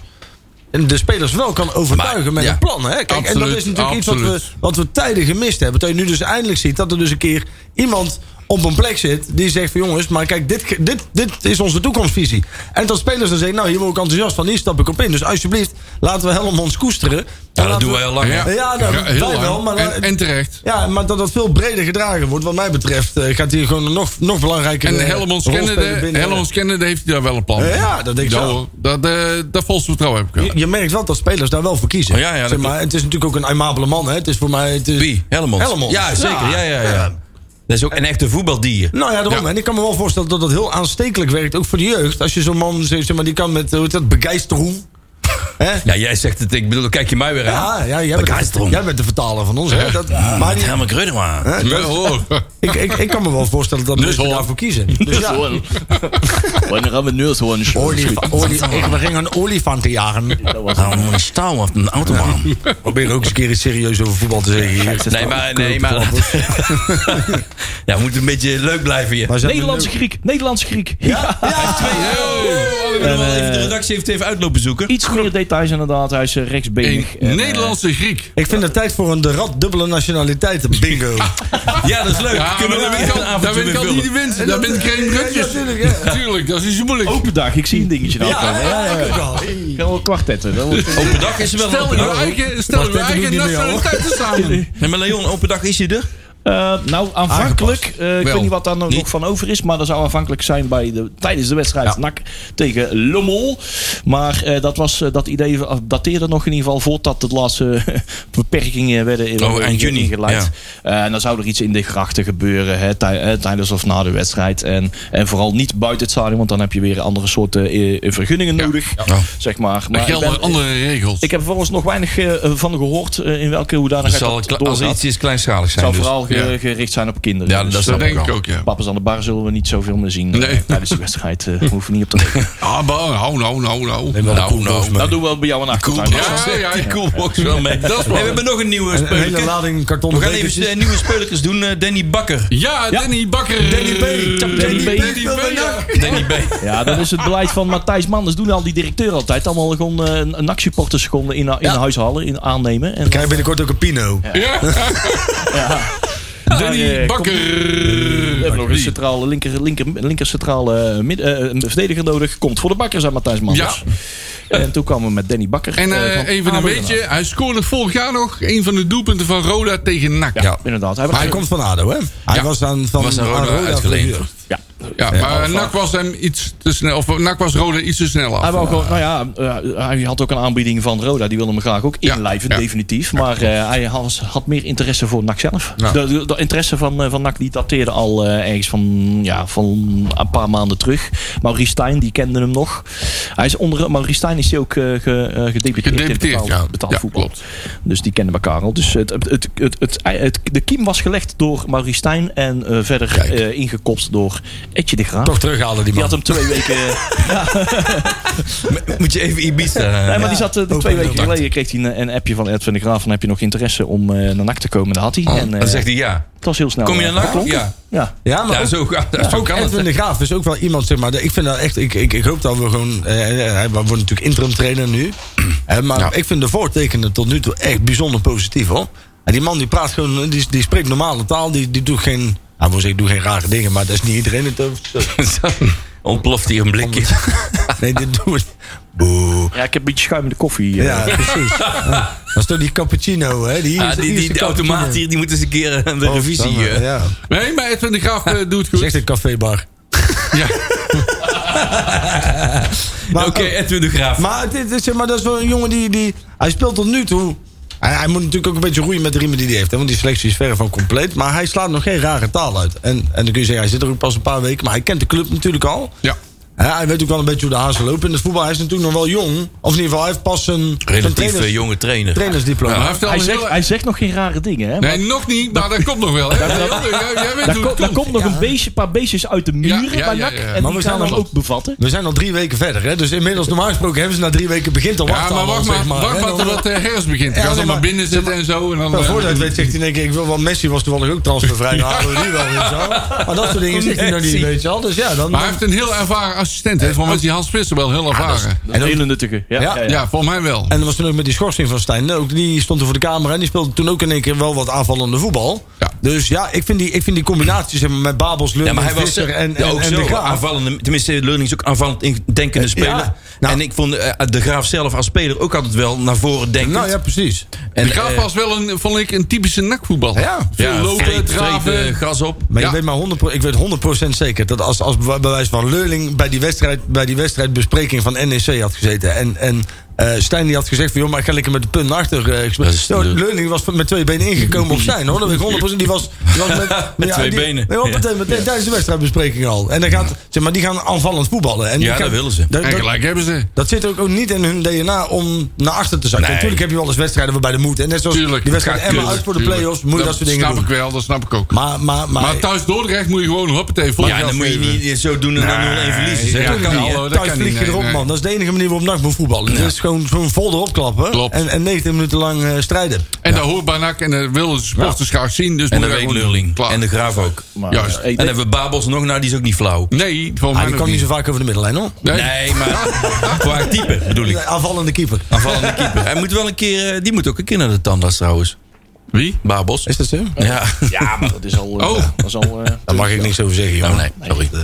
D: de spelers wel kan overtuigen
E: Maar,
D: met
E: ja.
D: een plan. Hè? Kijk, en dat
F: Absoluut,
D: is natuurlijk iets wat
F: absoluut.
D: we, wat we tijden gemist hebben. Dat je nu dus eindelijk ziet dat er dus een keer iemand op een plek zit die zegt van jongens, maar kijk, dit, ge- dit, dit is onze toekomstvisie. En dat spelers dan zeggen, nou hier word ik enthousiast van, hier stap ik op in. Dus alsjeblieft, laten we Helmonds koesteren. En
E: Ja, dat
D: laten
E: doen
D: we-
E: wij al lang. hè.
D: Ja, nou, wij
F: heel lang.
D: wel, maar
F: en,
D: dat-
F: en terecht.
D: Ja, maar dat dat veel breder gedragen wordt, wat mij betreft, eh, gaat hier gewoon een nog, nog belangrijker
F: En
D: eh,
F: Helmonds
D: rolspeler
F: Kennedy,
D: binnen-
F: Helmonds Kennedy heeft hij daar wel een plan.
D: Ja, ja, dat denk ik
F: Nou,
D: wel.
F: Dat, eh, dat volste vertrouwen heb ik wel.
D: Je, je merkt wel dat spelers daar wel voor kiezen.
E: Oh, ja, ja, dat
D: zeg maar, het is natuurlijk ook een aimabele man. Hè. Het is voor mij... Het is...
E: Wie? Helmond.
D: Helmond.
E: Ja, zeker. Ja, ja, ja. Dat is ook een echte voetbaldier.
D: Nou ja, daarom.
F: Ja.
D: En ik kan me wel voorstellen dat dat heel aanstekelijk werkt. Ook voor de jeugd. Als je zo'n man, zeg zeg maar, die kan met, hoe heet dat, begeistering. Hè?
E: Ja, jij zegt het. Ik bedoel, kijk je mij weer
D: Ja,
E: aan.
D: ja, jij, bent de,
E: Begeistering.
D: jij bent de vertaler van ons. Hè? Dat, maar die-
E: Helemaal Grudema.
F: Ja, hoor.
D: ik, ik, ik kan me wel voorstellen dat mensen
F: hoor.
D: daarvoor kiezen. Dus ja.
G: Wanneer gaan we neushoorn
D: Olif- olif- ik- we gingen een olifant jagen.
E: Een stouw op een autobaan.
D: Probeer ook eens een keer iets serieus over voetbal te zeggen hier.
E: Nee, maar... Nee, maar ja, we moeten een beetje leuk blijven hier. Ah.
D: Maar ze hebben
G: Nederlandse
D: een-
G: Griek, Nederlandse Griek. Ja.
E: Even de redactie heeft even uitlopen zoeken.
G: Iets meer details inderdaad. Hij is eh,
F: Een
G: rechtsbenig.
D: nou
G: En, eh,
F: Nederlandse Griek.
D: Ik vind het tijd voor een de rat dubbele nationaliteiten bingo.
E: Ja, dat is leuk.
F: Ja,
E: Kunnen
F: maar
E: we
F: daar
E: daar
F: ben
E: weer een avondje
F: ik al, daar ben ik
E: mee
F: al niet de
E: vullen?
F: winst. Daar ben ik geen Rutjes. Tuurlijk, dat is niet zo moeilijk.
G: Open dag, ik zie een dingetje nou komen. Ja, ja, ja. Ik ga wel kwartetten. dat wordt-
E: Open dag is er wel.
F: Stel
E: Open
F: uw
E: dag.
F: eigen, stel uw
D: dat doe ik
F: eigen
D: niet meer, hoor.
F: nationaliteit te samen.
E: Nee, maar Leon, open dag is hij er?
G: Eh, nou, aanvankelijk, eh, ik
F: Wel.
G: weet niet wat daar nog
F: Niet.
G: van over is, maar dat zou aanvankelijk zijn bij de, tijdens de wedstrijd NAC tegen Le Mans. Maar eh, dat, was, eh, dat idee dateerde nog in ieder geval voordat de laatste eh, beperkingen werden in
E: Oh, eind juni,
G: ingeleid. Eh, en dan zou er iets in de grachten gebeuren hè, tij- eh, tijdens of na de wedstrijd. En, en vooral niet buiten het stadion, want dan heb je weer andere soorten eh, vergunningen nodig. Zeg maar.
F: Er
G: maar ik,
F: gelden
G: ben-
F: andere regels.
G: ik heb volgens nog weinig eh, van gehoord eh, in welke
E: Dus
G: hoedanigheid
E: zal,
G: dat
E: kle- als er
G: doorgaat.
E: iets is kleinschalig
G: Het
E: zijn.
G: zou
E: dus.
G: vooral ge-
F: ja.
G: gericht zijn op kinderen.
E: Ja,
G: Dus,
E: dat
G: eh,
E: snap
F: dat denk
E: ik
F: ik
E: wel.
F: ook, ja.
G: Papa's aan de bar zullen we niet zoveel meer zien eh,
F: Nee.
G: tijdens de wedstrijd. eh, we hoeven niet op te letten.
F: Ah, nou, nou, nou, nou. nou.
D: Neem wel een
E: Nou,
D: koelbox
E: nou,
D: mee.
G: Dat doen we bij jou een
E: Cool.
G: achtertuin.
E: Ja, ja, die coolbox wel mee.
F: Dat is
E: Hey,
F: wel-
E: we hebben nog een nieuwe
D: Een, een hele
E: speuker.
D: lading kartonnen
E: We gaan
D: bekertjes.
E: even eh, nieuwe speulkers doen. Eh, Danny Bakker.
F: Ja, Danny Bakker.
E: Danny B. Tap
G: Danny B.
F: Danny B, ja.
E: Danny B.
G: Ja, dat is het beleid van Matthijs Manders. Doen al die directeur altijd. Allemaal gewoon eh, een NAC-supporters gewoon in, in huis halen, in, aannemen. En,
D: We krijgen binnenkort ook een Pino.
F: Ja,
G: Maar,
F: Danny
G: eh,
F: Bakker.
G: We hebben nog een centrale, linker, linker, linker centrale eh, mid- eh, een verdediger nodig. Komt voor de bakkers aan Matthijs Manders. En toen kwamen we met Danny Bakker.
F: En
G: eh,
F: eh,
G: van
F: even een
G: ADO.
F: beetje. Hij scoorde vorig jaar nog een van de doelpunten van Roda tegen NAC. Ja,
G: Inderdaad. Hij was-
D: Maar hij komt van ADO, hè? Hij
F: Ja.
D: was aan, van
E: Was aan Roda uitgeleend.
D: uitgelegd.
G: ja,
F: maar NAC was hem iets te snel. Of NAC was Roda iets te snel af.
G: Hij, wou gewoon, nou ja, eh, hij had ook een aanbieding van Roda. Die wilde hem graag ook
F: Ja,
G: inlijven,
F: ja.
G: definitief. Maar eh, hij had, had meer interesse voor NAC zelf. De, de- de interesse van, eh, van NAC die dateerde al eh, ergens van, ja, van een paar maanden terug. Maurice Stijn, die kende hem nog. Hij is onder, Maurice Stijn is die ook eh, ge- eh, gedeputeerd in
F: Gedeputeerd,
G: het betaald,
F: ja.
G: betaald
F: Ja,
G: voetbal.
F: klopt.
G: Dus die kennen elkaar al. Dus het, het, het, het, het- het- de kiem was gelegd door Maurice Stijn. En eh, verder eh ingekopt door Etje de Graaf.
D: Toch terughalen, die
G: Die
D: man.
G: had hem twee weken...
E: Moet je even Ibiza.
G: Nee, maar die zat eh, die
D: ook
G: twee
D: een
G: weken
D: contact.
G: geleden kreeg hij een, een appje van Edwin de Graaf van heb je nog interesse om eh, naar NAC te komen? Dat had hij. en, eh,
E: Dan zegt hij ja.
G: het was heel snel.
E: Kom je
G: eh,
E: naar NAC?
G: geklonken.
E: Ja.
G: Ja.
D: Ja, maar
E: Ja,
D: ook-
E: zo gaat dat. Zo
D: ook
E: kan het.
D: Edwin de Graaf is ook wel iemand, zeg maar. de- Ik vind dat echt. Ik, ik, ik hoop dat we gewoon. eh, hij wordt natuurlijk interim trainer nu. Eh, maar ik vind de voortekenen tot nu toe echt bijzonder positief hoor. En die man die praat gewoon. eh, Die, die spreekt normale taal. Die, die doet geen. Hij wil zeggen, doe geen rare dingen. Maar dat is niet iedereen het over.
E: Zo Ontploft hier een blikje.
D: Nee, dit doet. Boe.
G: ja, ik heb een beetje schuim in de koffie. eh.
D: Ja, precies. Ja. Dat is toch die cappuccino, hè? Die,
E: Ah, die, die, die automaat hier, die moet eens een keer aan de
D: Oh,
E: revisie.
D: Ja.
E: eh.
D: ja.
F: Nee, maar Edwin de Graaf eh, doet
D: Het is
F: goed.
D: echt een cafébar.
F: Ja.
D: Maar,
E: Oké,
D: eh,
E: Edwin de Graaf.
D: Maar, het, is- het is, zeg maar dat is wel een jongen die, die... Hij speelt tot nu toe... Hij, hij moet natuurlijk ook een beetje roeien met de riemen die hij heeft. Hè, want die selectie is verre van compleet. Maar hij slaat nog geen rare taal uit. En, en dan kun je zeggen, hij zit er ook pas een paar weken. Maar hij kent de club natuurlijk al.
F: Ja.
D: Hè, hij weet ook wel een beetje hoe de hazen lopen in het voetbal. Hij is natuurlijk nog wel jong. Of in ieder geval, hij heeft pas een, een
E: Relatief
D: trainers,
E: eh, jonge trainer.
D: trainersdiploma.
F: Hij heeft al
G: Hij,
F: een
G: zegt,
F: heel...
G: hij zegt nog geen rare dingen. Hè? maar
F: Nee, nog niet, maar dat komt nog wel. hè. Jij jij weet
G: daar,
F: hoe
G: ko-
F: het
G: daar
F: komt.
G: komt nog een beestje, paar beestjes uit de muren
F: Ja, ja,
G: bij
F: ja,
G: NAC.
F: ja, ja.
G: En
D: Maar
G: die
D: we
G: gaan
D: zijn
G: hem
D: al-
G: ook bevatten.
D: We zijn al drie weken verder. Hè? Dus inmiddels, normaal gesproken, hebben ze na drie weken begint al
F: Ja,
D: wachten
F: maar
D: al,
F: wacht
D: zeg
F: maar, wacht
D: hè.
F: maar
D: Dan-
F: totdat de herfst begint.
D: Ja,
F: Ga
D: zeg
F: dan maar
D: maar-
F: binnen zitten en zo. En dan,
D: Nou,
F: eh,
D: voordat weet zegt hij denk ik, ik wil wel Messi was toevallig ook transfervrij. Nou, halen we die wel weer zo. Maar dat soort dingen zegt hij nog niet,
E: Messi.
D: weet je al. Dus ja, dan...
F: Maar hij heeft een heel ervaren assistent. hè. Volgens mij is die Hans Visser wel heel ervaren.
G: Dat is een hele nuttige. Ja,
D: Ja,
G: ja,
F: Ja,
G: ja.
F: volgens mij wel.
D: En dat was toen ook met die schorsing van Stijn. Nou, Ook die stond er voor de camera en die speelde toen ook in één keer wel wat aanvallende voetbal.
F: Ja.
D: Dus ja, ik vind die, ik vind die combinatie zeg maar, met Babels,
E: Ja,
D: Lund,
E: maar hij was eh,
D: Visser en, en,
E: ja, ook
D: en
E: zo,
D: de Graaf.
E: aanvallende. Tenminste, Leuning is ook aanvallend in- denkende speler.
D: Nou.
E: en ik vond eh, de Graaf zelf als speler ook altijd wel naar voren denken.
D: Nou ja, precies.
E: en,
F: De Graaf
E: eh,
F: was wel een, vond ik, een typische nakvoetbal.
D: Ja.
F: Veel
E: ja,
F: lopen,
E: vreet-
F: draven.
E: vreet, eh, gras op.
D: Maar
F: Ja.
D: ik weet maar 100%, ik weet 100% zeker dat als, als bij wijze van Leuling bij die, wedstrijd, bij die wedstrijdbespreking van NEC had gezeten. En, en eh, Stijn die had gezegd van joh, maar ik ga lekker met de punt naar achter. eh, gespe-
E: Dat is-
D: Nou, Leuling was met twee benen ingekomen op Stijn hoor. Dat weet ik 100%. Die was, die was met,
E: twee
D: die-
E: benen.
D: Nee, hoor, meteen, meteen tijdens de wedstrijdbespreking al. En dan gaat, zeg maar, die gaan aanvallend voetballen. En die
E: Ja, dat
D: gaan-
E: willen ze.
D: dat-
F: En
D: dat-
F: gelijk hebben ze.
D: dat zit ook, ook niet in hun DNA om naar achter te zakken.
E: Nee.
D: Natuurlijk heb je wel eens wedstrijden waarbij de moed. En net zoals
F: Tuurlijk.
D: die wedstrijd
F: gaat
D: Emma
F: kunnen.
D: uit voor de
F: Tuurlijk.
D: play-offs, moet je dat, soort dingen
F: snap
D: doen.
F: ik wel, dat snap ik ook. Maar,
D: Maar, maar, maar,
F: thuis Dordrecht moet je gewoon hoppatee vol
E: Ja, en
F: gas
E: dan moet je
F: geven.
E: niet zo doen en dan 0-1 verliezen. zeg.
F: ja,
E: Dat kan
F: kan
E: niet.
F: al.
E: hè.
F: Oh, dat
D: Thuis
F: kan
D: vlieg
F: niet,
D: je
F: nee,
D: erop,
F: nee.
D: man. Dat is de enige manier waarop NAC moet voetballen. Dat is gewoon, gewoon vol erop klappen.
F: Klopt.
D: En, en 90 minuten lang eh, strijden.
F: En dat hoort bij NAC en dat willen de sporters graag zien. Dus
E: En dan
F: moet je dat
E: weet
F: gewoon doen.
E: Leuling.
F: Klaar.
E: En de Graaf ook. En
G: Maar,
F: Juist.
G: eh,
F: En
G: ik
E: dan
G: denk-
E: hebben we Babels nog, nou die is ook niet flauw.
F: Nee, volgens
D: Ah,
F: mij
D: die
F: nog
D: kwam niet
F: niet.
D: zo vaak over de middellijn, hoor.
F: Nee.
E: Nee, maar qua type bedoel ik.
D: Aanvallende keeper.
E: Aanvallende keeper. Hij moet wel een keer, eh, die moet ook een keer naar de tandarts trouwens.
F: Wie?
E: Babels.
D: Is dat zo?
E: Ja.
G: ja, maar dat is al... eh,
F: Oh.
G: dat is al eh,
D: Daar mag ik niks over zeggen,
E: Oh
D: jongen.
E: nee, sorry.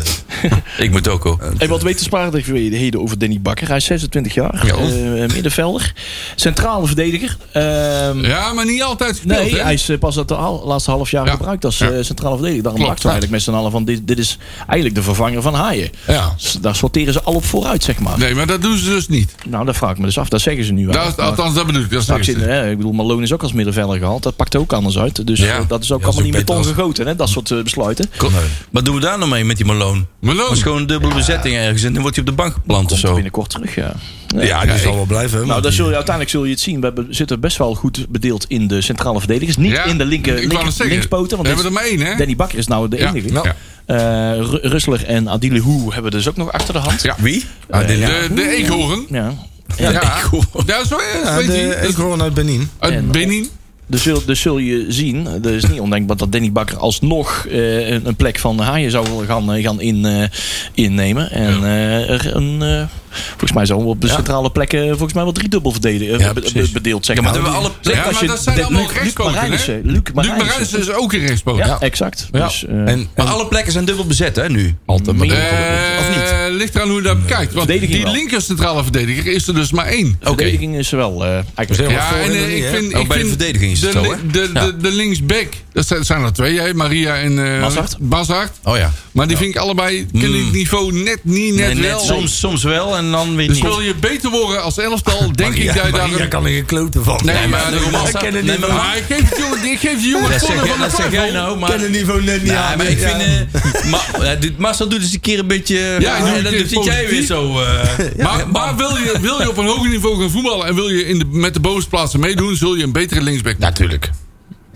E: Ik moet ook hoor.
G: En wat wetenswaardigheden over Danny Bakker. Hij is 26 jaar,
E: Ja.
G: eh, middenvelder. Centrale verdediger. Ehm,
F: Ja, maar niet altijd gespeeld,
G: Nee,
F: hè?
G: hij is eh, pas dat de al- laatste half jaar
F: Ja.
G: gebruikt als
F: Ja.
G: eh, centrale verdediger. Daarom
F: Klopt,
G: dachten we
F: ja.
G: eigenlijk met z'n allen van dit, dit is eigenlijk de vervanger van Haaien.
F: Ja.
G: S- Daar sorteren ze al op vooruit, zeg maar.
F: Nee, maar dat doen ze dus niet.
G: Nou, dat vraag ik me dus af. Dat zeggen ze nu
F: Dat,
G: eigenlijk. Maar
F: althans, dat bedoel ik. Dat is
G: straks
F: niks.
G: in, hè, ik bedoel, Malone is ook als middenvelder gehaald. Dat pakt ook anders uit. Dus
E: Ja.
G: eh, dat is ook
E: Ja,
G: allemaal
E: is
G: niet
E: ook
G: met ton
E: beter als-
G: gegoten, hè, dat soort eh, besluiten.
E: Ko- Wat doen we daar nou mee met die Malone?
F: Malone.
E: Dat is gewoon een dubbele bezetting ergens en dan wordt hij op de bank geplant of
G: Komt
E: zo.
G: binnenkort terug, ja. Nee.
E: Ja, die zal
D: wel blijven. hè,
G: Nou,
D: want
G: dat
D: die-
G: zul je, uiteindelijk zul je het zien. We hebben- zitten best wel goed bedeeld in de centrale verdedigers. Niet
F: Ja,
G: in de linker,
F: ik wou
G: linker-
F: het zeggen.
G: linkspoten. Want
F: We
G: dit-
F: hebben er maar één, hè?
G: Danny Bakker is nou de
F: Ja,
G: enige.
F: ja.
G: Eh, Ru- Rüssler en Adile Hoe hebben we dus ook nog achter de hand.
F: Ja.
E: Wie? Ah,
G: Eh, ja.
F: De, de eekhoorn.
G: Ja.
F: Ja, ja zo
D: Ja,
F: ja,
D: de-
F: weet je.
D: ik
F: Dat- Eh,
D: hoor uit Benin.
F: Uit
G: En-
F: Benin.
G: Dus, zul, dus zul je zien, eh, dat is niet ondenkbaar dat Danny Bakker alsnog eh, een, een plek van Haaien zou willen gaan, eh, gaan in, eh, innemen. En eh, er een, eh, volgens mij zo op de centrale plekken eh, volgens mij wel driedubbel verdelen, eh,
E: Ja,
G: be- be-
E: precies.
G: bedeeld. Zeg
E: Ja, maar
G: maar
E: dan hebben we alle plekken.
F: Ja,
G: als
F: maar
G: je
F: dat zijn
G: de-
F: allemaal
G: Luc- Luc
F: rechtspoten, hè?
G: Marijnissen, Luc
F: Luc
G: Marijnissen.
F: Marijnse is ook een rechtspoot.
G: eh, Ja,
F: Ja.
G: exact.
D: Ja.
G: Dus, eh,
D: en,
E: Maar alle plekken zijn dubbel bezet, hè, nu? Altijd.
G: Meer-
F: Eh,
E: Of niet?
F: Ligt eraan hoe je dat bekijkt. Want
G: Verdediging
F: die
G: wel. Oh,
F: linker centrale verdediger is er dus maar één.
E: Oké.
G: verdediging is er wel eh, eigenlijk
D: Zeg maar.
F: Ja, en
D: voorin
F: eh,
D: en
F: ik
D: niet, hè?
F: vind...
E: Oh,
F: ik
E: bij de
F: vind
E: verdediging is het
F: de
E: zo,
F: li-
E: hè?
F: De,
E: Ja.
F: de, de linksback, dat zijn, zijn er twee, hè? Maria en eh
G: Bazart.
F: Bazart.
E: Oh ja.
F: Maar die vind ik allebei, ken ik het niveau net niet, net
E: Hmm. Nee,
F: wel.
E: net soms, soms wel en dan weer
F: Dus
E: niet.
F: wil je beter worden als elftal, denk ik dat je daar...
D: Maria kan er geen klote van.
F: Nee, maar
E: maar
F: de
E: daarom-
F: romans-
E: Ik ken het
F: Nee,
E: niet,
F: maar-
E: maar-
F: maar ik geef die jongen- ik geef die jongen
E: Dat
F: het
E: zeg
F: voordeel
E: jij-
F: van de
E: dat zeg
F: twijfel.
E: jij nou, maar...
D: Ik ken het niveau net niet
E: Nee,
D: aan.
E: maar ik vind... eh, Ma- eh, dit- Marcel doet eens een keer een beetje... eh,
F: Ja, ik doe
E: en
F: een
E: dan
F: keer
E: zit jij weer
F: positief.
E: zo... eh,
F: Maar, maar wil, je, wil je op een hoger niveau gaan voetballen en wil je in de, met de bovenplaatsen meedoen, zul je een betere linksback moeten.
E: Natuurlijk.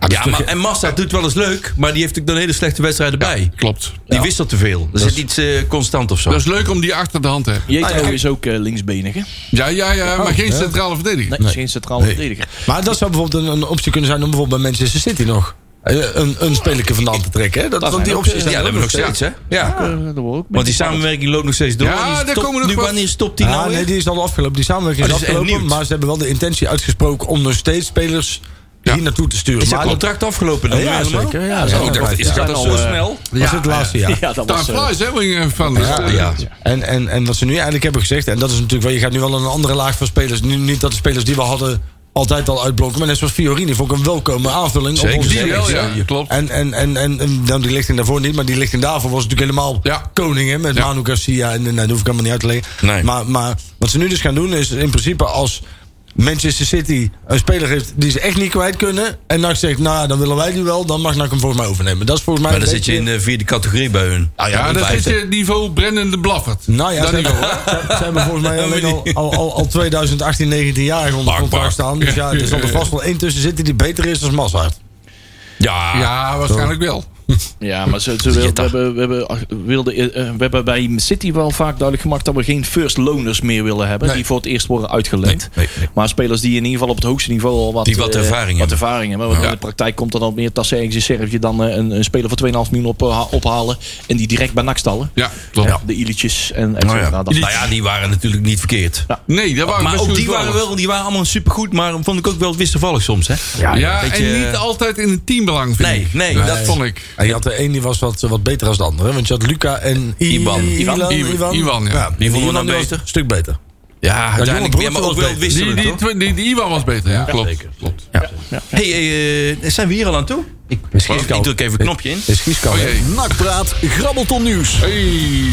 E: Ja, maar, en Massa doet wel eens leuk, maar die heeft ook dan hele slechte wedstrijden bij.
F: Klopt.
E: Die wisselt te veel. Er zit iets eh, constant of zo.
F: Dat is leuk om die achter de hand te hebben.
G: Jetro is ook eh, linksbenig. Hè?
F: Ja, ja, ja, maar geen centrale verdediger.
G: Nee, is geen centrale verdediger.
D: Maar dat zou bijvoorbeeld een, een optie kunnen zijn om bijvoorbeeld bij Manchester City nog eh, een, een spelerke vandaan te trekken. hè? Dat, want die
G: zijn ook,
D: opties
G: eh,
D: zijn
E: ja,
D: er
E: dat hebben we nog steeds, hè? Ja.
G: Eh, dat wordt ook
E: Want die
G: beetje-
E: samenwerking loopt nog steeds door.
F: Ja,
E: Die
F: daar
E: stopt-
F: komen nog
E: nu,
F: wat-
E: wanneer stopt die
D: Ah,
E: nou
D: nee,
E: weer?
D: die is al afgelopen. Die samenwerking is
E: Oh, die is echt
D: afgelopen.
E: nieuw.
D: Maar ze hebben wel de intentie uitgesproken om nog steeds spelers hier naartoe te sturen.
E: Is dat
D: maar
E: contract afgelopen dan?
D: Ja,
E: helemaal?
D: zeker. Ja,
E: Oh, ik dacht, is
D: dat
E: dat al zo snel?
D: was het laatste jaar.
G: Ja, dat
F: Time
G: was... eh,
F: flies, hè, wil je van dus, eh,
E: Ja.
D: En, en, en wat ze nu eigenlijk hebben gezegd, en dat is natuurlijk wel, je gaat nu wel een andere laag van spelers. Nu, niet dat de spelers die we hadden altijd al uitblokken, maar net zoals Fiorini vond ik een welkome aanvulling.
E: Zeker,
D: onze
E: die
D: selectie.
F: wel, ja. Ja, klopt.
D: En, en, en, en, en nou, die lichting daarvoor niet, maar die lichting daarvoor was natuurlijk helemaal
F: Ja.
D: koning hè, met
F: Ja.
D: Manu Garcia. En, en dat hoef ik helemaal niet uit te leggen.
E: Nee.
D: Maar, maar wat ze nu dus gaan doen is in principe als. Manchester City een speler heeft die ze echt niet kwijt kunnen. En NAC zegt, nou dan willen wij die wel. Dan mag NAC hem volgens mij overnemen. Dat is volgens mij
E: Maar
D: een
E: dan zit je
D: beetje-
E: in de vierde categorie bij hun. Ah
F: Ja, dat is het niveau Brennan de Blaffert.
D: Nou ja,
F: Dat
D: ze hebben,
F: niveau, hè?
D: ze- ze hebben volgens mij alleen al, al, al, al 2018, 19 jaar onder
E: Bak, bak.
D: contract staan. Dus ja, er zal er vast wel één tussen zitten die beter is dan Mazzaert.
E: Ja. nou
F: Ja, waarschijnlijk wel.
G: Ja, maar ze, ze wil- we, hebben, we, hebben, ach, wilden, eh, eh, we hebben bij City wel vaak duidelijk gemaakt dat we geen first loners meer willen hebben. Die voor het eerst worden uitgeleend.
E: Nee, nee, nee.
G: Maar spelers die in ieder geval op het hoogste niveau al wat,
E: Die wat
G: eh,
E: ervaring
G: wat
E: hebben.
G: ervaring hebben. Want
E: Ja.
G: in de praktijk komt dan al meer Tasse ergens in Servië dan eh, een, een speler voor 2,5 miljoen op, eh, ha- ophalen. En die direct bij NAC stallen.
F: Ja, klopt.
G: De Ilitjes en et
E: Nou
G: cetera.
E: ja.
G: Dat-
E: Nou ja, die waren natuurlijk niet verkeerd.
F: Nee, dat waren
E: Maar
F: best
E: ook
F: goede
E: die waren,
F: voetballers.
E: wel, die waren allemaal supergoed, maar vond ik ook wel wisselvallig soms, hè?
F: Ja,
E: Beetje- eh,
F: en niet altijd in het teambelang, vind
E: Nee,
F: ik.
E: nee,
F: Dat
E: dat-
F: vond ik.
D: En je had de één die was wat, wat beter dan de andere. Want je had Luca en I-
E: Ivan.
D: Ilan.
E: Ivan.
F: Ivan, ja.
E: Die vonden we dan
D: was
E: beter.
D: Een stuk beter.
E: Ja, uiteindelijk.
D: jonge
E: Ja, maar ook
D: broertje was beter.
E: wel
F: Die,
E: wisselend,
F: die,
E: hoor.
F: tw- die, die Iwan was beter, ja. klopt. klopt.
E: Hey, eh, zijn we hier al aan toe? Ik, ik druk even een knopje in.
D: Is Gieskoud.
F: Oh jee.
C: Nakpraat, grabbelton nieuws.
F: Hey,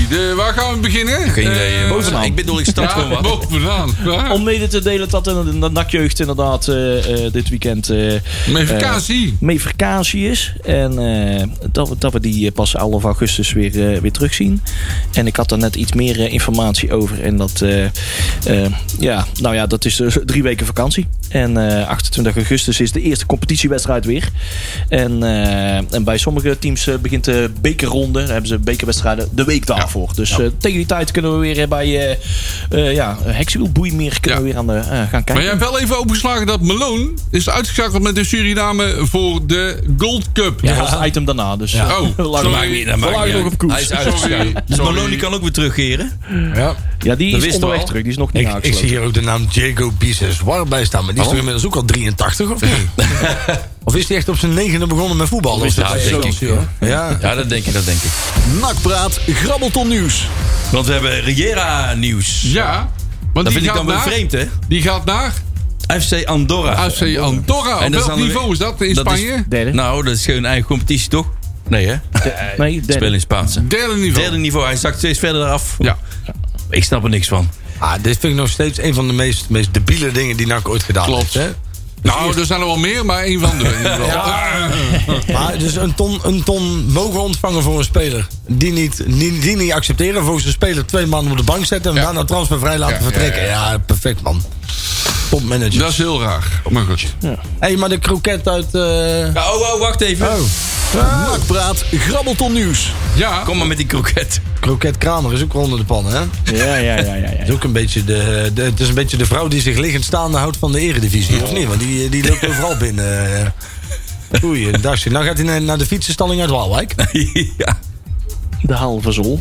F: de, waar gaan we beginnen?
E: Geen idee. eh,
G: bovenaan.
E: Ik bedoel, ik start
F: Ja,
E: gewoon wat.
F: bovenaan. Ja.
G: Om mede te delen dat de, de NAC-jeugd inderdaad eh, eh, dit weekend... eh,
F: Met vakantie.
G: mee vakantie is. En eh, dat, we, dat we die eh, pas 11 augustus weer, eh, weer terugzien. En ik had daar net iets meer eh, informatie over. En dat, eh, eh, ja, nou ja, dat is dus drie weken vakantie. En eh, 28 augustus is de eerste competitiewedstrijd weer. En, eh, en bij sommige teams eh, begint de bekerronde. Dan hebben ze bekerwedstrijden de week daarvoor. Dus eh, tegen die tijd kunnen we weer eh, bij eh eh ja, Heksenwielboeimeer kunnen
F: Ja.
G: we weer aan de, eh, gaan kijken.
F: Maar jij hebt wel even opengeslagen dat Malone is uitgeschakeld met de Suriname voor de Gold Cup.
G: Ja, dat was het item daarna. Dus
F: Oh,
G: we lagen-
F: sorry.
E: Maakt niet, dat
G: we
E: maakt
G: lagen
E: niet
G: nog
E: uit.
G: op koers.
E: Hij is
F: Sorry.
E: uitgeschakeld. Dus
F: Sorry.
E: Maloney kan ook weer terugkeren.
G: Ja, die
E: Dat
G: is
E: wisten we
G: onderweg
E: al.
G: terug. Die is nog niet
D: Ik, ik
G: aangesloten.
D: zie hier ook de naam Diego Bises War bij staan. Maar die is toch inmiddels ook al 83 of niet? Of is hij echt op zijn negende begonnen met voetbal?
E: is dat
D: was
E: denk ik,
D: zo, joh. Ja.
E: Ja, dat denk ik, dat denk ik.
C: Nakpraat, grabbelton nieuws.
E: Want we hebben Riera nieuws.
F: Ja, want
E: dat
F: die
E: vind ik
F: gaat
E: dan weer
F: naar, Ah,
E: vreemd, hè?
F: Die gaat naar
E: FC Andorra.
F: AFC Andorra.
E: En
F: Op
E: dat is
F: welk
E: dan
F: niveau
E: weer-
F: is dat in
E: dat is-
F: Spanje?
G: Derde.
E: Nou, dat is geen eigen competitie, toch? Nee, hè?
G: nee, derde.
E: Spelen in Spaanse.
F: Derde niveau.
E: Derde niveau, hij zakt steeds verder af.
F: Ja.
E: Ik snap er niks van.
D: Ah, dit vind ik nog steeds een van de meest, meest debiele dingen die NAC ooit gedaan
F: Klopt.
D: heeft.
F: Nou, er zijn er wel meer, maar één van de. in ieder geval.
D: Hè? Maar dus een ton, een ton mogen ontvangen voor een speler. Die niet, die, die niet accepteren. Volgens de speler twee man op de bank zetten. En
F: Ja.
D: daarna transfervrij laten
F: Ja, ja,
D: vertrekken. Ja, perfect man. Topmanager.
F: Dat is heel raar. Maar goed.
D: Hé, hey, maar de kroket uit... eh,
E: Ja, oh, oh, wacht even.
D: Oh,
C: Nakpraat, grabbelton nieuws.
F: Ja,
E: Kom maar met die kroket.
D: kroket Kramer is ook wel onder de pannen, hè?
G: Ja, ja, ja, ja. ja.
D: Het is ook een beetje de, de, het is een beetje de vrouw die zich liggend staande houdt van de eredivisie, of niet? Want die, die loopt overal binnen. Oei, een dagje. Nou gaat hij naar, naar de fietsenstalling uit Waalwijk.
E: ja.
G: De halve zol.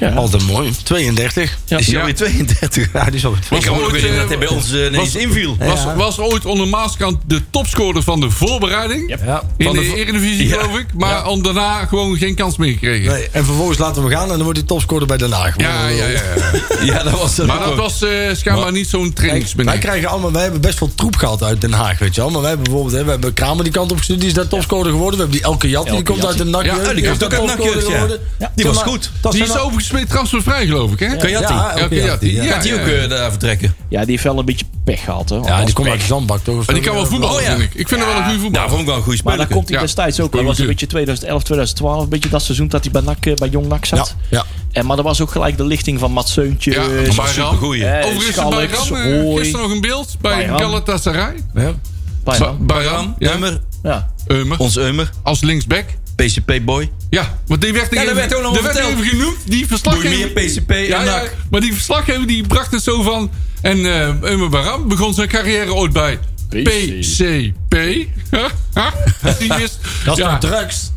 G: Ja.
D: Altijd mooi. 32.
E: Is hij alweer 32?
D: Ja, die is al
E: Ik kan me nog
F: ooit,
E: herinneren dat hij
F: eh,
E: bij ons eh, ineens
F: was-
E: inviel.
F: was, was ooit onder Maaskant de topscorer van de voorbereiding.
D: Ja.
F: In
E: Van
F: de,
E: de vo-
F: Eredivisie,
E: Ja.
F: geloof ik. Maar om daarna gewoon geen kans meer gekregen.
D: Nee, en vervolgens laten we hem gaan en dan wordt hij topscorer bij Den Haag. eh,
F: Ja, ja, ja. ja.
E: Ja, dat was
F: Maar dat was eh, schijnbaar niet zo'n
D: Wij,
F: trainingsmeneer.
D: krijgen allemaal, wij hebben best veel troep gehad uit Den Haag, weet je wel. Maar wij hebben bijvoorbeeld hè, we hebben Kramer die kant op gestuurd, die is daar topscorer geworden. We hebben die Elke Jat, die
G: Elke
D: komt
G: Jat.
D: uit de NAC.
F: Ja,
D: jeugd,
F: die
E: komt
D: is
E: ook uit
D: daar
E: NAC jeugd,
D: topscorer
E: ja.
D: geworden.
E: Die
D: Zeg
E: was
D: maar,
E: goed.
D: dat
F: Die
D: zijn
F: is
D: al-
F: overigens weer transfervrij, geloof ik, hè?
E: Kan je
D: Ja,
E: dat
D: Elke Jat,
F: die-
D: ja.
F: ja.
E: Gaat hij ook eh, daar vertrekken?
G: ja, die heeft wel een beetje pech gehad. Hoor.
D: Ja, die
G: Althans,
D: komt uit de
G: pech.
D: zandbak toch? Of
F: En die
D: zo?
F: kan wel voetballen,
E: Oh, ja.
F: vind ik. Ik vind hem wel een goede
E: Nou,
F: voetballer.
E: vond ik wel een goede
G: Maar
E: speler.
G: daar komt hij
F: Ja.
G: destijds ook. Dat was een beetje 2011, 2012. Een beetje dat seizoen dat hij bij, NAC, eh, bij Jong NAC
D: Ja,
G: zat.
D: ja.
G: En, maar dat was ook gelijk de lichting van Mats Zeuntje.
F: Ja,
G: eh,
F: maar-
E: een goeie.
G: eh,
F: Overigens is
G: Schalks,
F: Bayram eh,
G: Hooi,
F: gisteren nog een beeld bij
G: Bayram.
F: Galatasaray.
D: Ja.
G: Bayram.
F: Ba- Bayram, ja.
E: Nummer,
G: Ja.
F: Eumer,
E: ons Eumer,
F: als linksback.
E: PCP-boy.
F: Ja, want die werd,
E: Ja,
F: even,
E: dat werd ook nog
F: dat werd
E: verteld.
F: even genoemd. Die
E: Doe je
F: verslaggever.
E: meer PCP en
F: Ja, ja,
E: NAC.
F: maar die verslaggever die bracht het zo van. En eh Eumer Baram begon zijn carrière ooit bij PCP. die is,
D: Dat is
F: ja,
D: toch drugs?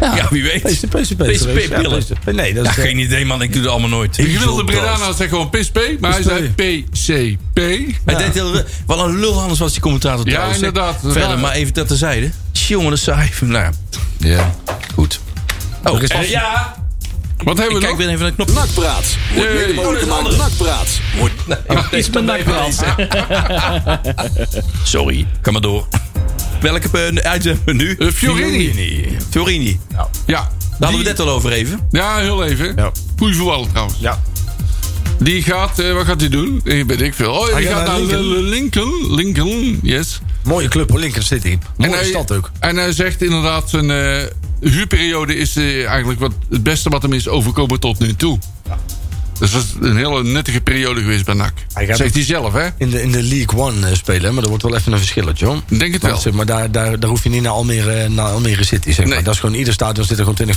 E: Ja, wie weet. PCP-pillen.
D: Nee, dat
E: Ja,
D: is
E: geen idee, man. Ik doe dat allemaal nooit.
F: De nou. gemiddelde Bredana zegt gewoon PSP, maar hij zei PCP.
E: Hij deed heel, wat een lul anders was die commentator
F: Ja,
E: trouwens. zeg.
F: inderdaad.
E: Verder,
F: Ja.
E: maar even dat terzijde. Jongen, dat is saai. Nou, ja. Goed. Oh, eh, ja.
F: Wat hebben
E: Ik
F: we
E: kijk
F: nog?
E: weer even naar de knop.
C: Nakpraat, wordt
F: Nee.
C: mede
F: Oh,
C: mogelijk gemaakt. Nakpraat.
E: Iets met Sorry, ga maar door. Welke eh, item we nu?
F: Eh, Fiorini.
E: Fiorini. Daar
F: Ja.
E: hadden we
F: die-
E: het net al over even.
F: Ja, heel even.
D: Ja.
F: Goeie voetballer trouwens.
D: Ja.
F: Die gaat, eh, wat gaat hij doen? Ik weet ik veel. Oh, hij
D: gaat
F: gaat naar
D: naar
F: Lincoln. Lincoln, Lincoln yes.
D: eh, Mooie club, hoor, Lincoln City. Mooie
E: nou,
F: hij,
D: stad ook.
F: En hij zegt inderdaad, zijn eh, huurperiode is eh, eigenlijk wat, het beste wat hem is overkomen tot nu toe. Dus dat is een hele nuttige periode geweest bij NAC.
D: Hij gaat-
F: Zegt hij zelf, hè?
D: In de, in de League One eh, spelen, maar dat wordt wel even een verschilletje, hoor.
F: Denk het
D: Maar,
F: wel.
D: zeg maar daar, daar, daar hoef je niet naar Almere, eh, naar Almere City, zeg maar.
F: Nee.
D: Dat is gewoon, ieder stadion zit er gewoon 20,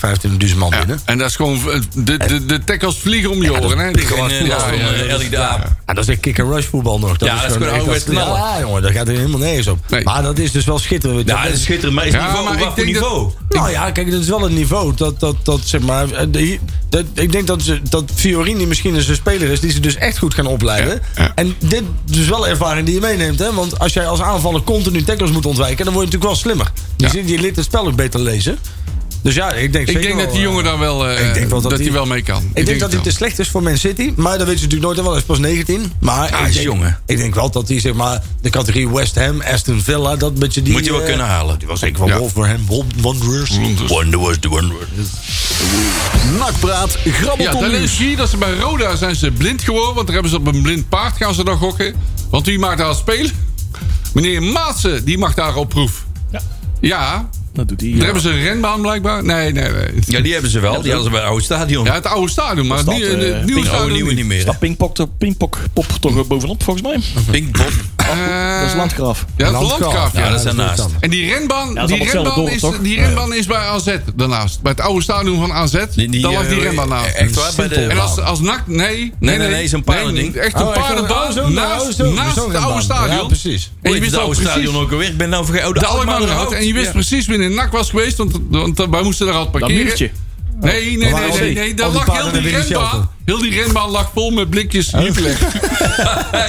D: 25.000 man
F: Ja,
D: binnen.
F: en dat is gewoon. eh, De, de, de tackles vliegen om je oren, hè?
E: Gewoon
F: Ja,
E: eh, last van
F: ja,
E: eh,
F: ja.
E: Ellie de Aap.
D: Ja, dat is echt kick-and-rush voetbal nog.
E: Ja, dat is gewoon
D: echt
E: ouderwets
D: dat-
E: knallen.
D: Ja, jongen, daar gaat er helemaal nergens op.
F: Nee.
D: Maar dat is dus wel schitterend. weet je.
E: Ja, dat is schitterend, maar is
F: Ja,
E: niveau,
F: maar
E: maar
F: ik
E: wat voor
F: denk dat-
E: niveau?
D: Nou ja, kijk, dat is wel een niveau. Dat, dat, dat, zeg maar, eh, die- dat, ik denk dat, ze, dat Fiorini misschien eens een speler is die ze dus echt goed gaan opleiden.
F: Ja, ja.
D: En dit is dus wel ervaring die je meeneemt. Hè? Want als jij als aanvaller continu tackles moet ontwijken, dan word je natuurlijk wel slimmer. Je,
F: Ja.
D: zit, je leert het spel ook beter lezen. Dus ja, ik denk
F: Ik
D: zeker
F: denk
D: wel,
F: dat die
D: eh,
F: jongen daar wel. eh,
D: ik denk wel
F: dat
D: dat
F: hij
D: die-
F: wel mee kan.
D: Ik, denk dat hij
F: het
D: te
F: wel.
D: slecht is voor Man City. Maar dat weet je natuurlijk nooit. hè, Want hij is pas 19. Maar
E: Ja,
D: ik
E: hij is
D: denk-
E: jongen.
D: Ik denk wel dat hij zeg maar, de categorie West Ham, Aston Villa... Dat beetje die,
E: Moet je wel
D: eh,
E: kunnen halen.
D: Die was zeker wel
F: Ja.
D: Wolverham, Wol- Wanderers.
E: Wonder was the wonder.
C: Nakpraat,
F: Ja,
C: grabbelton
F: dan
C: nieuws.
F: is hier dat ze bij Roda zijn ze blind geworden. Want daar hebben ze op een blind paard gaan ze dan gokken. Want wie maakt daar spelen? Meneer Maatsen, die mag daar op proef.
G: Ja.
F: Ja,
G: Dat doet hij. eh,
F: daar hebben ze een renbaan blijkbaar. Nee, nee, nee.
E: Ja, die hebben ze wel. Die hadden ze bij het oude stadion.
F: Ja, het oude stadion, maar het
G: dat,
F: nieuwe- het
G: eh,
F: nieuwe
E: Die oude
F: stadion.
E: nieuwe
F: niet.
E: niet meer.
G: Staat Pinkpok toch- Pinkpok pop toch eh, bovenop, volgens mij?
E: Pink Bob.
F: Eh,
G: Dat is Landgraaf.
F: Ja, dat is
D: Landgraaf.
F: Landgraaf, ja.
E: Ja, dat is daarnaast.
D: verstandig.
F: En die renbaan,
G: dat is
F: die
G: allemaal hetzelfde
F: renbaan,
G: dorp,
F: is,
G: toch?
F: die renbaan is bij AZ daarnaast. Bij het oude stadion van AZ,
E: Die- die,
F: daar lag die
E: eh,
F: renbaan naast.
E: Echt waar? Bij de,
F: En als, als NAC, nee. Nee,
E: Eh, nee, nee, zo'n paardending.
F: Echt een
D: Oh, echt wel-
F: paardenbaan
D: oh, zo,
F: naast,
D: oh, zo,
F: naast
D: zo'n
F: het oude
D: renbaan.
F: stadion.
D: Ja, precies.
F: En je wist
E: het
F: ook
E: oude
F: precies.
E: stadion ook alweer. Ik ben nou vergeten. Oh,
F: de
E: de Alkmaarderhout.
F: Alkmaarderhout. En je wist
E: Ja.
F: precies wanneer NAC was geweest, want, want eh, wij moesten daar al
G: Dat
F: parkeren.
G: muurtje.
F: Nee, nee, nee,
D: waren al
F: nee,
D: die-
F: nee.
D: al
F: Daar
D: die
F: lag
D: paarden
F: heel die
D: weer in de
F: renbaan.
D: shelter.
F: Heel die renbaan lag vol met blikjes Jupiler.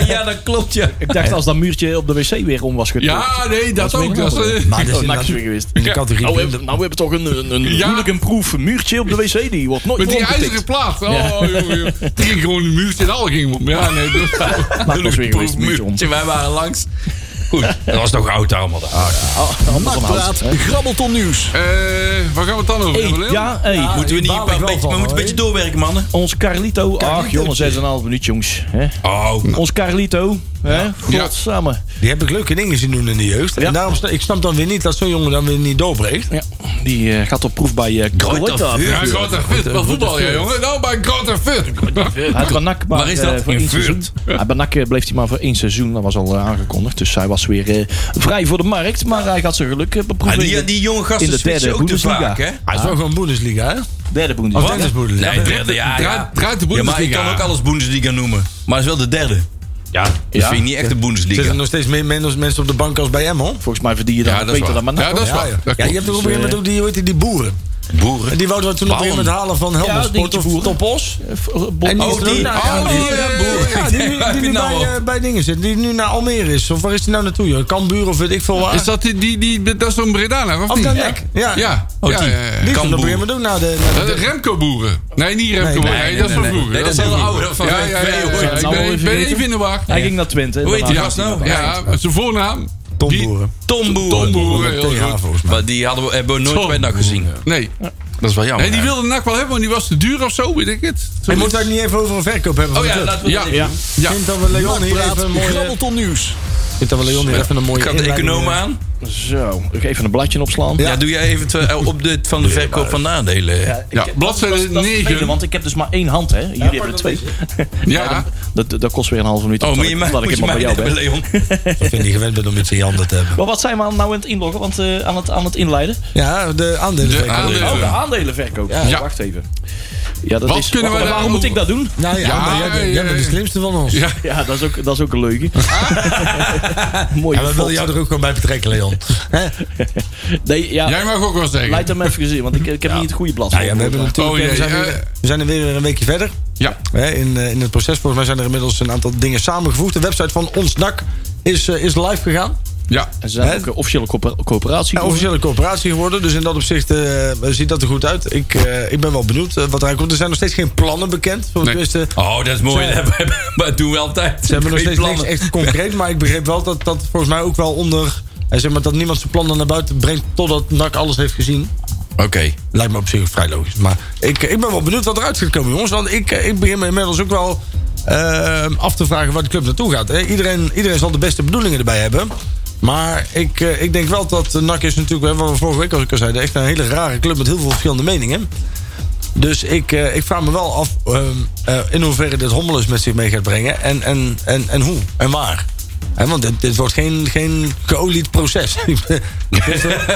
E: ja, dat klopt, ja.
G: Ik dacht als dat muurtje op de wc weer om was getrokken.
F: Ja, nee, dat, ook. Dat is, eh,
D: Maar dat is Nou,
G: Oh, dat is
D: inderdaad
G: weer geweest.
D: in de categorie
F: Oh,
G: Nou, we
D: blinden.
G: hebben, nou, we hebben toch een, een, een
F: Ja.
G: hooliganproof muurtje op de wc. Die wordt nooit
F: met
G: meer
F: die
G: omgetikt.
F: ijzeren plaat. Oh, joh, joh. Die ging gewoon de muur en al ging om. Ja, nee. dat-
G: Maar dat is weer geweest, muurtje om.
E: Muurtje, wij waren langs. Goed, dat was nog oud allemaal. Ah,
C: Nakpraat, grabbelton nieuws.
F: Eh, waar gaan we het dan over hebben? Leon?
G: Ja, hey.
E: moeten we niet
D: baal
E: een
D: ik wel
E: beetje, we
D: van,
E: moeten een beetje doorwerken, mannen.
G: Ons Carlito. Ach jongens, 6,5 minuut jongens. hè.
E: Oh,
G: Ons Carlito. hè? Godsamme.
D: Die heb ik leuke dingen zien doen in de jeugd.
G: Ja.
D: En daarom sta- ik snap dan weer niet dat zo'n jongen dan weer niet
F: Ah.
D: doorbreekt.
G: Ja. Die eh, gaat op proef bij eh,
E: Grote
G: Grote.
E: Vuur.
F: Ja, Grote Fit. Wel voetbal, ja, jongen. Nou, bij Grote Fit.
G: Hij had bij NAC maar,
E: Waar is
G: eh,
E: dat?
G: voor
E: In
G: één
E: Vught.
G: seizoen. Hij bij NAC bleef hij maar voor één seizoen. Dat was al eh, aangekondigd. Dus hij was weer eh, vrij voor de markt. Maar hij gaat zijn geluk eh,
E: Ah,
G: beproeven. in
E: die,
G: de-
E: die jonge gasten
G: in de
E: switchen
G: derde
E: ook te
G: Bundesliga.
E: vaak, hè?
D: Hij is wel gewoon Bundesliga, hè?
G: derde Dus
D: Of
G: Bundesliga.
D: tennis Bundesliga.
E: Nee, derde, Ah, ja, ja.
F: Draait- draait de dus
E: Ja, maar ik
F: Bundesliga.
E: kan ook alles Bundesliga noemen. Maar het is wel de derde. Ja, dat
G: Ja.
E: vind je niet echt de
D: Zitten
E: Bundesliga.
D: er nog steeds meer men- mensen op de bank als bij hem, hoor?
G: Volgens mij verdien je dan
F: Ja, dat is
G: beter dan
F: waar.
G: maar
F: Ja,
G: NAC.
F: dat is
G: hoor.
F: waar.
D: ja.
F: Ah, Dat Dus,
D: Ja, je hebt er op een gegeven moment ook die, hoe heet die, die boeren. En
E: Boeren.
D: die wouden we toen op een gegeven moment halen van Helmond
G: Ja, die
D: Sport of
G: boeren.
D: Top Os.
G: Eh, v- eh, Bob-
D: En die
E: Oh,
D: is er ook
E: die-
D: naar-
E: oh,
D: ja,
E: die,
D: die,
E: eh,
D: eh,
E: boeren.
D: ja, die nu-
E: Waar heb
D: die
E: je
D: nu
E: nou
D: bij,
E: al?
D: eh, bij dingen zit. Die nu naar Almere is. Of waar is die nou naartoe, joh? Kambuur of weet ik veel waar.
F: Is dat die, die, die, dat is zo'n Bredana, of
D: Of
F: niet?
D: dan Nek. Ja.
F: Ja.
E: Oh,
F: ja,
E: die.
F: ja, ja.
D: Die
E: Kambuur.
D: komt op een gegeven moment ook naar de... naar
F: Eh,
D: de-
F: de Remco boeren. Nee, niet Remco
D: Nee,
F: boeren.
E: nee,
F: Nee, dat
E: nee,
F: is van
E: nee.
F: vroeger.
E: Nee, dat is
F: van
E: heel
F: vroeger.
E: oud, van
F: Ja,
E: VV,
F: ja, ja,
E: hoor.
F: ja.
G: Dat
F: Ik
G: nou
F: ben-
G: even
F: ik ben
G: weten.
F: even in de war.
G: Hij ging naar Twente.
E: Hoe heet die
G: Daarna
E: gast
G: gaat hij
E: nou?
G: naar-
F: Ja, met zijn voornaam.
D: Tom
F: Die-
D: Boeren.
E: Tom Boeren.
F: Tom Boeren,
D: Met
F: heel
D: TH
F: goed.
D: volgens mij.
E: Maar die hadden we, hebben we nooit
F: Tom.
E: bij NAC gezien.
F: Nee.
E: Dat is wel jammer.
F: nee, die wilde NAC wel hebben, maar die was te duur of zo, weet ik het.
D: En moeten we het niet even over een verkoop hebben?
E: Oh ja, laten we
F: Ja,
E: dat even
F: ja.
E: doen.
D: Ik vind dat we Leon hier
C: Nakpraat,
D: even een mooie...
C: grabbelton nieuws.
D: Ik vind dat we Leon hier even een mooie
E: Gaat de
D: inleiding,
E: econoom
D: eh,
E: aan?
G: Zo, ik even een bladje opslaan.
E: Ja, doe jij even het, eh, op de, van de verkoop van nadelen.
F: Ja, bladzijde
G: Dat is het vervelende,
F: 9.
G: want ik heb dus maar één hand, hè. Jullie hebben er twee.
F: Ja,
G: Dat, dat kost weer een halve minuut.
E: Oh,
G: omdat
E: moet je
G: ik-
E: mij,
G: omdat
E: moet
G: ik
E: je mij
G: helemaal bij jou
E: hebben,
G: ben.
E: Leon?
D: Ik vind die gewend bent om iets in je handen te hebben.
G: Maar wat zijn we nou aan het inloggen? Want eh, aan, het, aan het inleiden?
D: Ja, de aandelen.
F: de
D: zeker.
F: aandelen.
G: Oh, de aandelenverkoop. Ja.
F: Ja.
G: Wacht even. Ja, dat
F: Wat
G: is,
F: kunnen we
G: waarom
F: daar-
G: moet ik dat doen?
D: Nou ja,
F: Ja,
D: maar jij, bent-
F: ja,
D: jij bent de
F: ja.
D: slimste van ons.
F: Ja.
G: Ja, dat is ook, dat is ook een leugen. Mooi.
D: Ja, we willen jou er ook gewoon bij betrekken, Leon. Hè?
G: Nee, ja,
F: Jij mag ook wel zeggen.
G: leid hem even gezien, want ik, ik heb niet het goede blad.
D: Nou ja, we, hebben
G: het.
D: natuurlijk, we,
F: Oh, jee,
D: zijn weer,
F: eh.
D: we zijn er weer een weekje verder.
F: Ja.
D: Hè, in, eh, in het proces, volgens mij zijn er inmiddels een aantal dingen samengevoegd. De website van Ons Dak is, eh, is live gegaan.
F: Ja.
E: Oh,
G: Ze zijn
D: Hè?
G: ook een officiële corpora- coöperatie.
D: Ja, officiële corporatie geworden. Dus in dat opzicht eh, ziet dat er goed uit. Ik, eh, ik ben wel benieuwd eh, wat eruit komt. Er zijn nog steeds geen plannen bekend. Voor
F: Nee.
D: tenminste,
E: Oh, dat is mooi. Dat hebben we- maar doen we altijd.
D: Ze hebben nog
E: Geen
D: steeds niks echt concreet. Maar ik begreep wel dat dat volgens mij ook wel onder... eh, Zeg maar, dat niemand zijn plannen naar buiten brengt totdat NAC alles heeft gezien.
E: Oké.
D: Lijkt me op zich vrij logisch. Maar ik, ik ben wel benieuwd wat eruit gaat komen, jongens. Want ik, ik begin me inmiddels ook wel eh, af te vragen waar de club naartoe gaat. hè. Iedereen, iedereen zal de beste bedoelingen erbij hebben. Maar ik, eh, ik denk wel dat eh, NAC is natuurlijk, hè, wat we vorige week al al zeiden... echt een hele rare club met heel veel verschillende meningen. Dus ik, eh, ik vraag me wel af ehm, eh, in hoeverre dit hommelus met zich mee gaat brengen. En, en, en, en hoe en waar. Hè, want dit, dit wordt geen, geen geolied proces.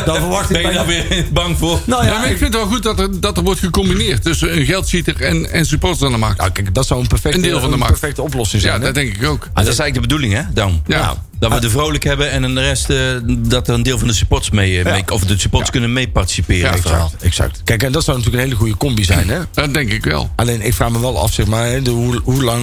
D: Dan verwacht
E: Ben
D: ik bijna...
E: je daar weer bang voor?
D: Nou
F: Ja, maar ik vind het wel goed dat er, dat er wordt gecombineerd tussen een geldschieter en, en supporters aan de markt.
D: Nou, kijk, dat zou een perfecte,
F: Een deel van de
D: een
F: markt.
D: perfecte oplossing zijn.
F: Ja,
D: hè?
F: dat denk ik ook.
E: Ah, dat is eigenlijk de bedoeling, hè, Dan?
F: Ja.
E: Dat we de vrolijk hebben en de rest... eh, dat er een deel van de supports mee... eh, mee- of de supports kunnen meeparticiperen.
F: Ja,
E: in het verhaal.
D: Exact. Kijk, en dat zou natuurlijk een hele goede combi zijn. Hè?
F: Dat denk ik wel.
D: Alleen ik vraag me wel af, zeg maar, hè, de, hoe, hoe lang.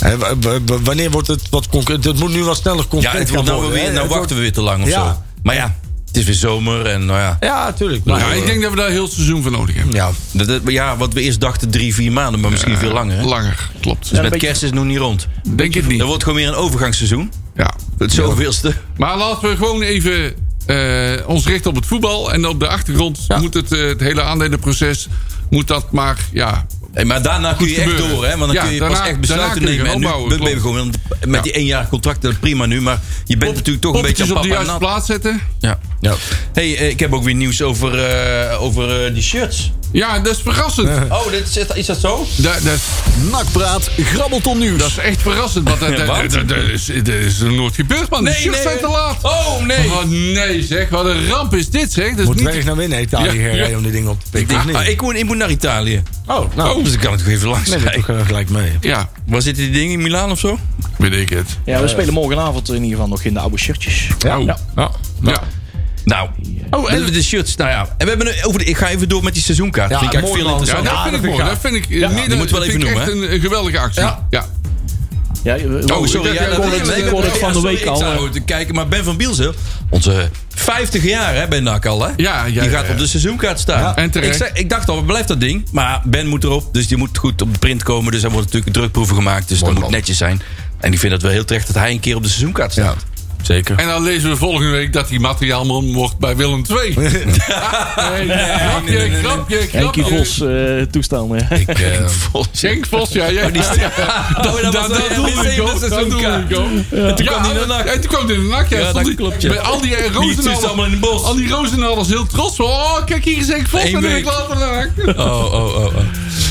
D: hè, w- w- w- wanneer wordt het wat concreet? Het moet nu wat sneller
E: Ja,
D: concreet
E: het wordt
D: gaan
E: nou,
D: worden,
E: weer,
D: hè?
E: nou
D: Het
E: wachten we weer te lang of
D: Ja.
E: zo. Maar ja, het is weer zomer en nou ja...
D: wordt- Ja, tuurlijk. Maar,
F: Ja, ik denk dat we daar heel het seizoen voor nodig hebben.
D: ja.
E: Dat- dat- ja, wat we eerst dachten drie, vier maanden, maar misschien veel langer. Hè?
F: Langer, klopt.
E: Dus met
G: beetje-
E: kerst is het nog niet rond.
F: Denk ik
E: Dat
F: niet.
E: wordt gewoon weer een overgangsseizoen.
F: Ja.
E: Het zoveelste.
F: Maar laten we gewoon even eh, ons richten op het voetbal. En op de achtergrond moet het, eh, het hele aandelenproces... moet dat maar, ja...
E: Hey, maar daarna kun je echt
F: gebeuren.
E: door, hè? Want dan
F: Ja,
E: kun je pas
F: daarna-
E: echt besluiten
F: daarna kun je
E: nemen. En nu
F: opbouwen,
E: ben je
F: klopt.
E: gewoon met- met die één jaar contract, dat is prima nu. Maar je bent natuurlijk toch een beetje
F: Poppetjes
E: aan
F: op de
E: papa nat.
F: juiste plaats zetten.
E: Ja. Hey, eh, ik heb ook weer nieuws over, eh, over eh, die shirts.
F: Ja, dat is verrassend.
E: Oh, dit is, is dat zo?
F: Dat, dat, is,
C: Nakpraat, grabbelton nieuws.
F: dat is echt verrassend. Want dat,
E: Ja,
F: dat,
E: wat?
F: dat- dat is, dat is nog nooit gebeurd, man. De shirts zijn te laat.
E: Oh, nee.
F: Oh, nee, zeg. Wat een ramp is dit, zeg. Dat is
D: Moet
F: niet
D: weg nou naar binnen, heet Italië,
F: Ja,
D: gereden
F: ja.
D: om die dingen op te
E: Ik,
D: pikken.
E: denk-
D: of niet?
E: ah, ik, moet, ik moet naar Italië.
D: oh, nou,
E: Oh. Dus ik kan het gewoon even langs
D: neem het
E: rijden.
D: toch eh, gelijk mee.
F: Ja,
E: Waar zitten die dingen? In Milaan of zo?
F: weet ik het.
G: Ja, we spelen morgenavond in ieder geval nog in de oude shirtjes.
F: Ja. Oh, ja.
E: Nou.
F: Oh, en-
E: de, de shirts, nou ja. En we hebben een- over de, ik ga even door met die seizoenkaart.
D: Ja,
E: Vind ik eigenlijk
D: mooi, man.
E: veel interessanter.
F: Ja, dat
D: Ja,
F: vind
D: dat
F: ik
D: vind ik
F: mooi.
D: gaaf.
F: Dat vind ik, eh, meer
E: die
F: dan-
E: moeten we wel
F: vind
E: even
F: ik
E: noemen,
F: echt een, een geweldige actie. Ja.
G: Ja, we-
E: Oh, sorry.
F: ik
E: Ja, dat
F: dacht, ja,
E: nee,
F: ik
E: nee,
G: hoorde het
E: ja,
G: van de
E: sorry,
G: week
E: ik
G: al,
E: zou
G: eh.
E: moeten kijken, maar Ben van Bielsen, onze 50 jaar hè, bij NAC al, hè?
F: Ja, ja,
E: die
F: ja,
E: gaat
F: ja.
E: op de seizoenkaart staan.
F: Ja, en terecht.
E: Ik, zei- ik dacht al, wat blijft dat ding? Maar Ben moet erop, dus die moet goed op de print komen. Dus hij wordt natuurlijk een drukproeven gemaakt, dus dat moet netjes zijn. En ik vind dat wel heel terecht dat hij een keer op de seizoenkaart staat. Zeker.
F: En dan lezen we volgende week dat hij materiaalman wordt bij Willem II. nee, nee, grapje,
E: nee, nee.
F: grapje, grapje.
G: Henkie Vos eh toestaan. eh.
E: Ik, eh, volgens-
F: Henk Vos, ja. ja.
E: die-
F: Ja,
E: Oh, dat was de
F: doe
E: zevende
F: ik ook. Dat doe
E: seizoenkaart.
F: ik ook.
E: En toen kwam hij naar NAC.
F: En toen kwam hij in de nak, ja.
E: Ja,
F: stond
E: dat
F: die-
E: klopt, ja.
F: Bij al die eh,
E: Die zitten allemaal in
F: rozenhalen.
E: het bos.
F: Al die rozenhalen heel trots. van, Oh, kijk hier is Henk Vos.
E: Eén
F: En ben
E: week.
F: ik later naar NAC.
E: Oh, oh, oh, oh.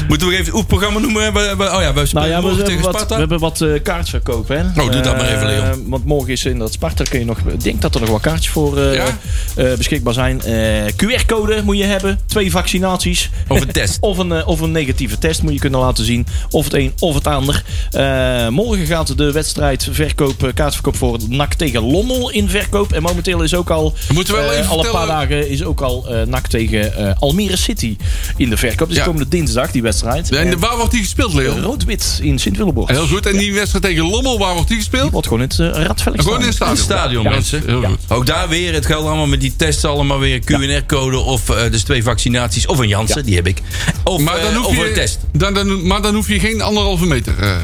E: Moeten we even het programma noemen? We- we- Oh ja, we
G: Nou
E: spelen
G: ja, we,
E: morgen
G: hebben
E: tegen
G: wat, we
E: Sparta.
G: hebben wat eh, kaartverkoop. Hè?
E: Oh, doe dat maar even, Leon.
G: Eh, want morgen is in dat Sparta. Kun je nog, ik denk dat er nog wat kaartjes voor eh,
F: Ja?
G: eh, beschikbaar zijn. Eh, QR-code moet je hebben. Twee vaccinaties.
E: Of een test.
G: Of een, eh, of een negatieve test moet je kunnen laten zien. Of het een of het ander. Eh, morgen gaat de wedstrijd verkoop, eh, kaartverkoop voor NAC tegen Lommel in verkoop. En momenteel is ook al.
F: Moeten we wel
G: eh,
F: even
G: al een paar
F: vertellen-
G: dagen is ook al eh, NAC tegen eh, Almere City in de verkoop. Dus
F: Ja.
G: komende dinsdag die wedstrijd.
F: En waar wordt die gespeeld, Leon?
G: Rood-wit in Sint-Willeboord.
F: Heel goed. En die wedstrijd tegen Lommel, waar wordt die gespeeld?
G: Wordt gewoon in het eh, Radveld.
F: Gewoon in het
E: Aan
F: stadion.
E: het stadion,
G: Ja.
E: mensen.
F: Heel goed.
E: Hm. Ook daar weer, het geldt allemaal met die tests allemaal weer. QR-code of eh, dus twee vaccinaties. Of een Janssen, die heb ik. Of,
F: Maar dan
E: eh,
F: hoef
E: of
F: je,
E: een test.
F: Dan, dan, maar dan hoef je geen anderhalve meter. eh.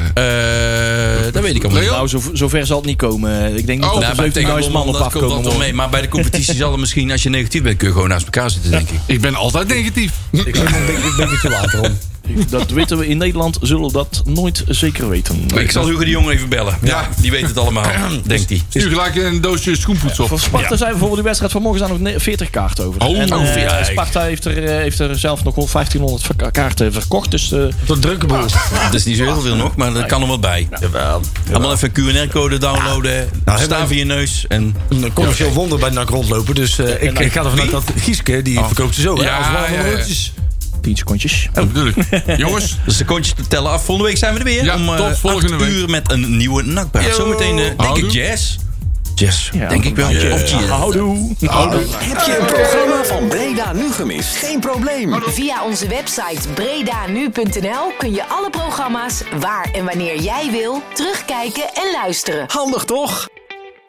E: Eh, dat weet ik allemaal niet.
F: Leo?
G: Nou, zo, zover zal het niet komen. Ik denk niet
F: Oh,
G: dat
E: Nou,
G: er
E: bij
G: 17.000 man
E: Tekenlommel,
G: op
E: dat komt
G: afkomen.
E: altijd wel
G: hoor.
E: mee. Maar bij de competitie zal er misschien, als je negatief bent, kun je gewoon naast elkaar zitten, denk ik.
F: Ik ben altijd negatief.
D: Ik ben een beetje- een beetje te later om.
G: Dat weten we in Nederland, zullen we dat nooit zeker weten.
E: Ik zal Hugo de Jong even bellen. Ja, die weet het allemaal, denkt hij.
F: Stuur gelijk een doosje schoenpoets op.
G: Voor Sparta zijn bijvoorbeeld die wedstrijd van morgen zijn nog ne- 40 kaarten over.
E: Oh,
G: en,
E: oh,
G: eh,
E: 40.
G: Sparta heeft er, eh, heeft er zelf nog wel 1500 verka- kaarten verkocht. Dus eh,
D: Tot drukke boel.
E: Dat is Dus niet zo heel veel nog, maar dat kan er wat bij. Allemaal even een QR-code downloaden.
D: Nou,
E: staan
D: hebben-
E: voor je neus. En
D: Een commercieel wonder bij NAC rondlopen. Dus eh, ik, ik ga ervan uit dat Gieske, die verkoopt ze zo. hè,
F: Ja,
D: als warme
F: ja, ja.
D: broodjes.
G: 10 secondjes.
F: Dat bedoel ik. Jongens,
E: de secondjes te tellen af. Volgende week zijn we er weer.
F: Ja,
E: om eh,
F: tot volgende
E: acht
F: week.
E: uur met een nieuwe nakbaar. Zometeen eh, denk ik
F: Houdoe.
E: jazz. Jazz,
G: Ja,
E: denk ik wel.
G: ja.
E: Of jazz.
G: Houdoe.
B: Heb je een programma van Breda nu gemist? Geen probleem.
A: Via onze website bredanu.nl kun je alle programma's waar en wanneer jij wil terugkijken en luisteren.
B: Handig toch?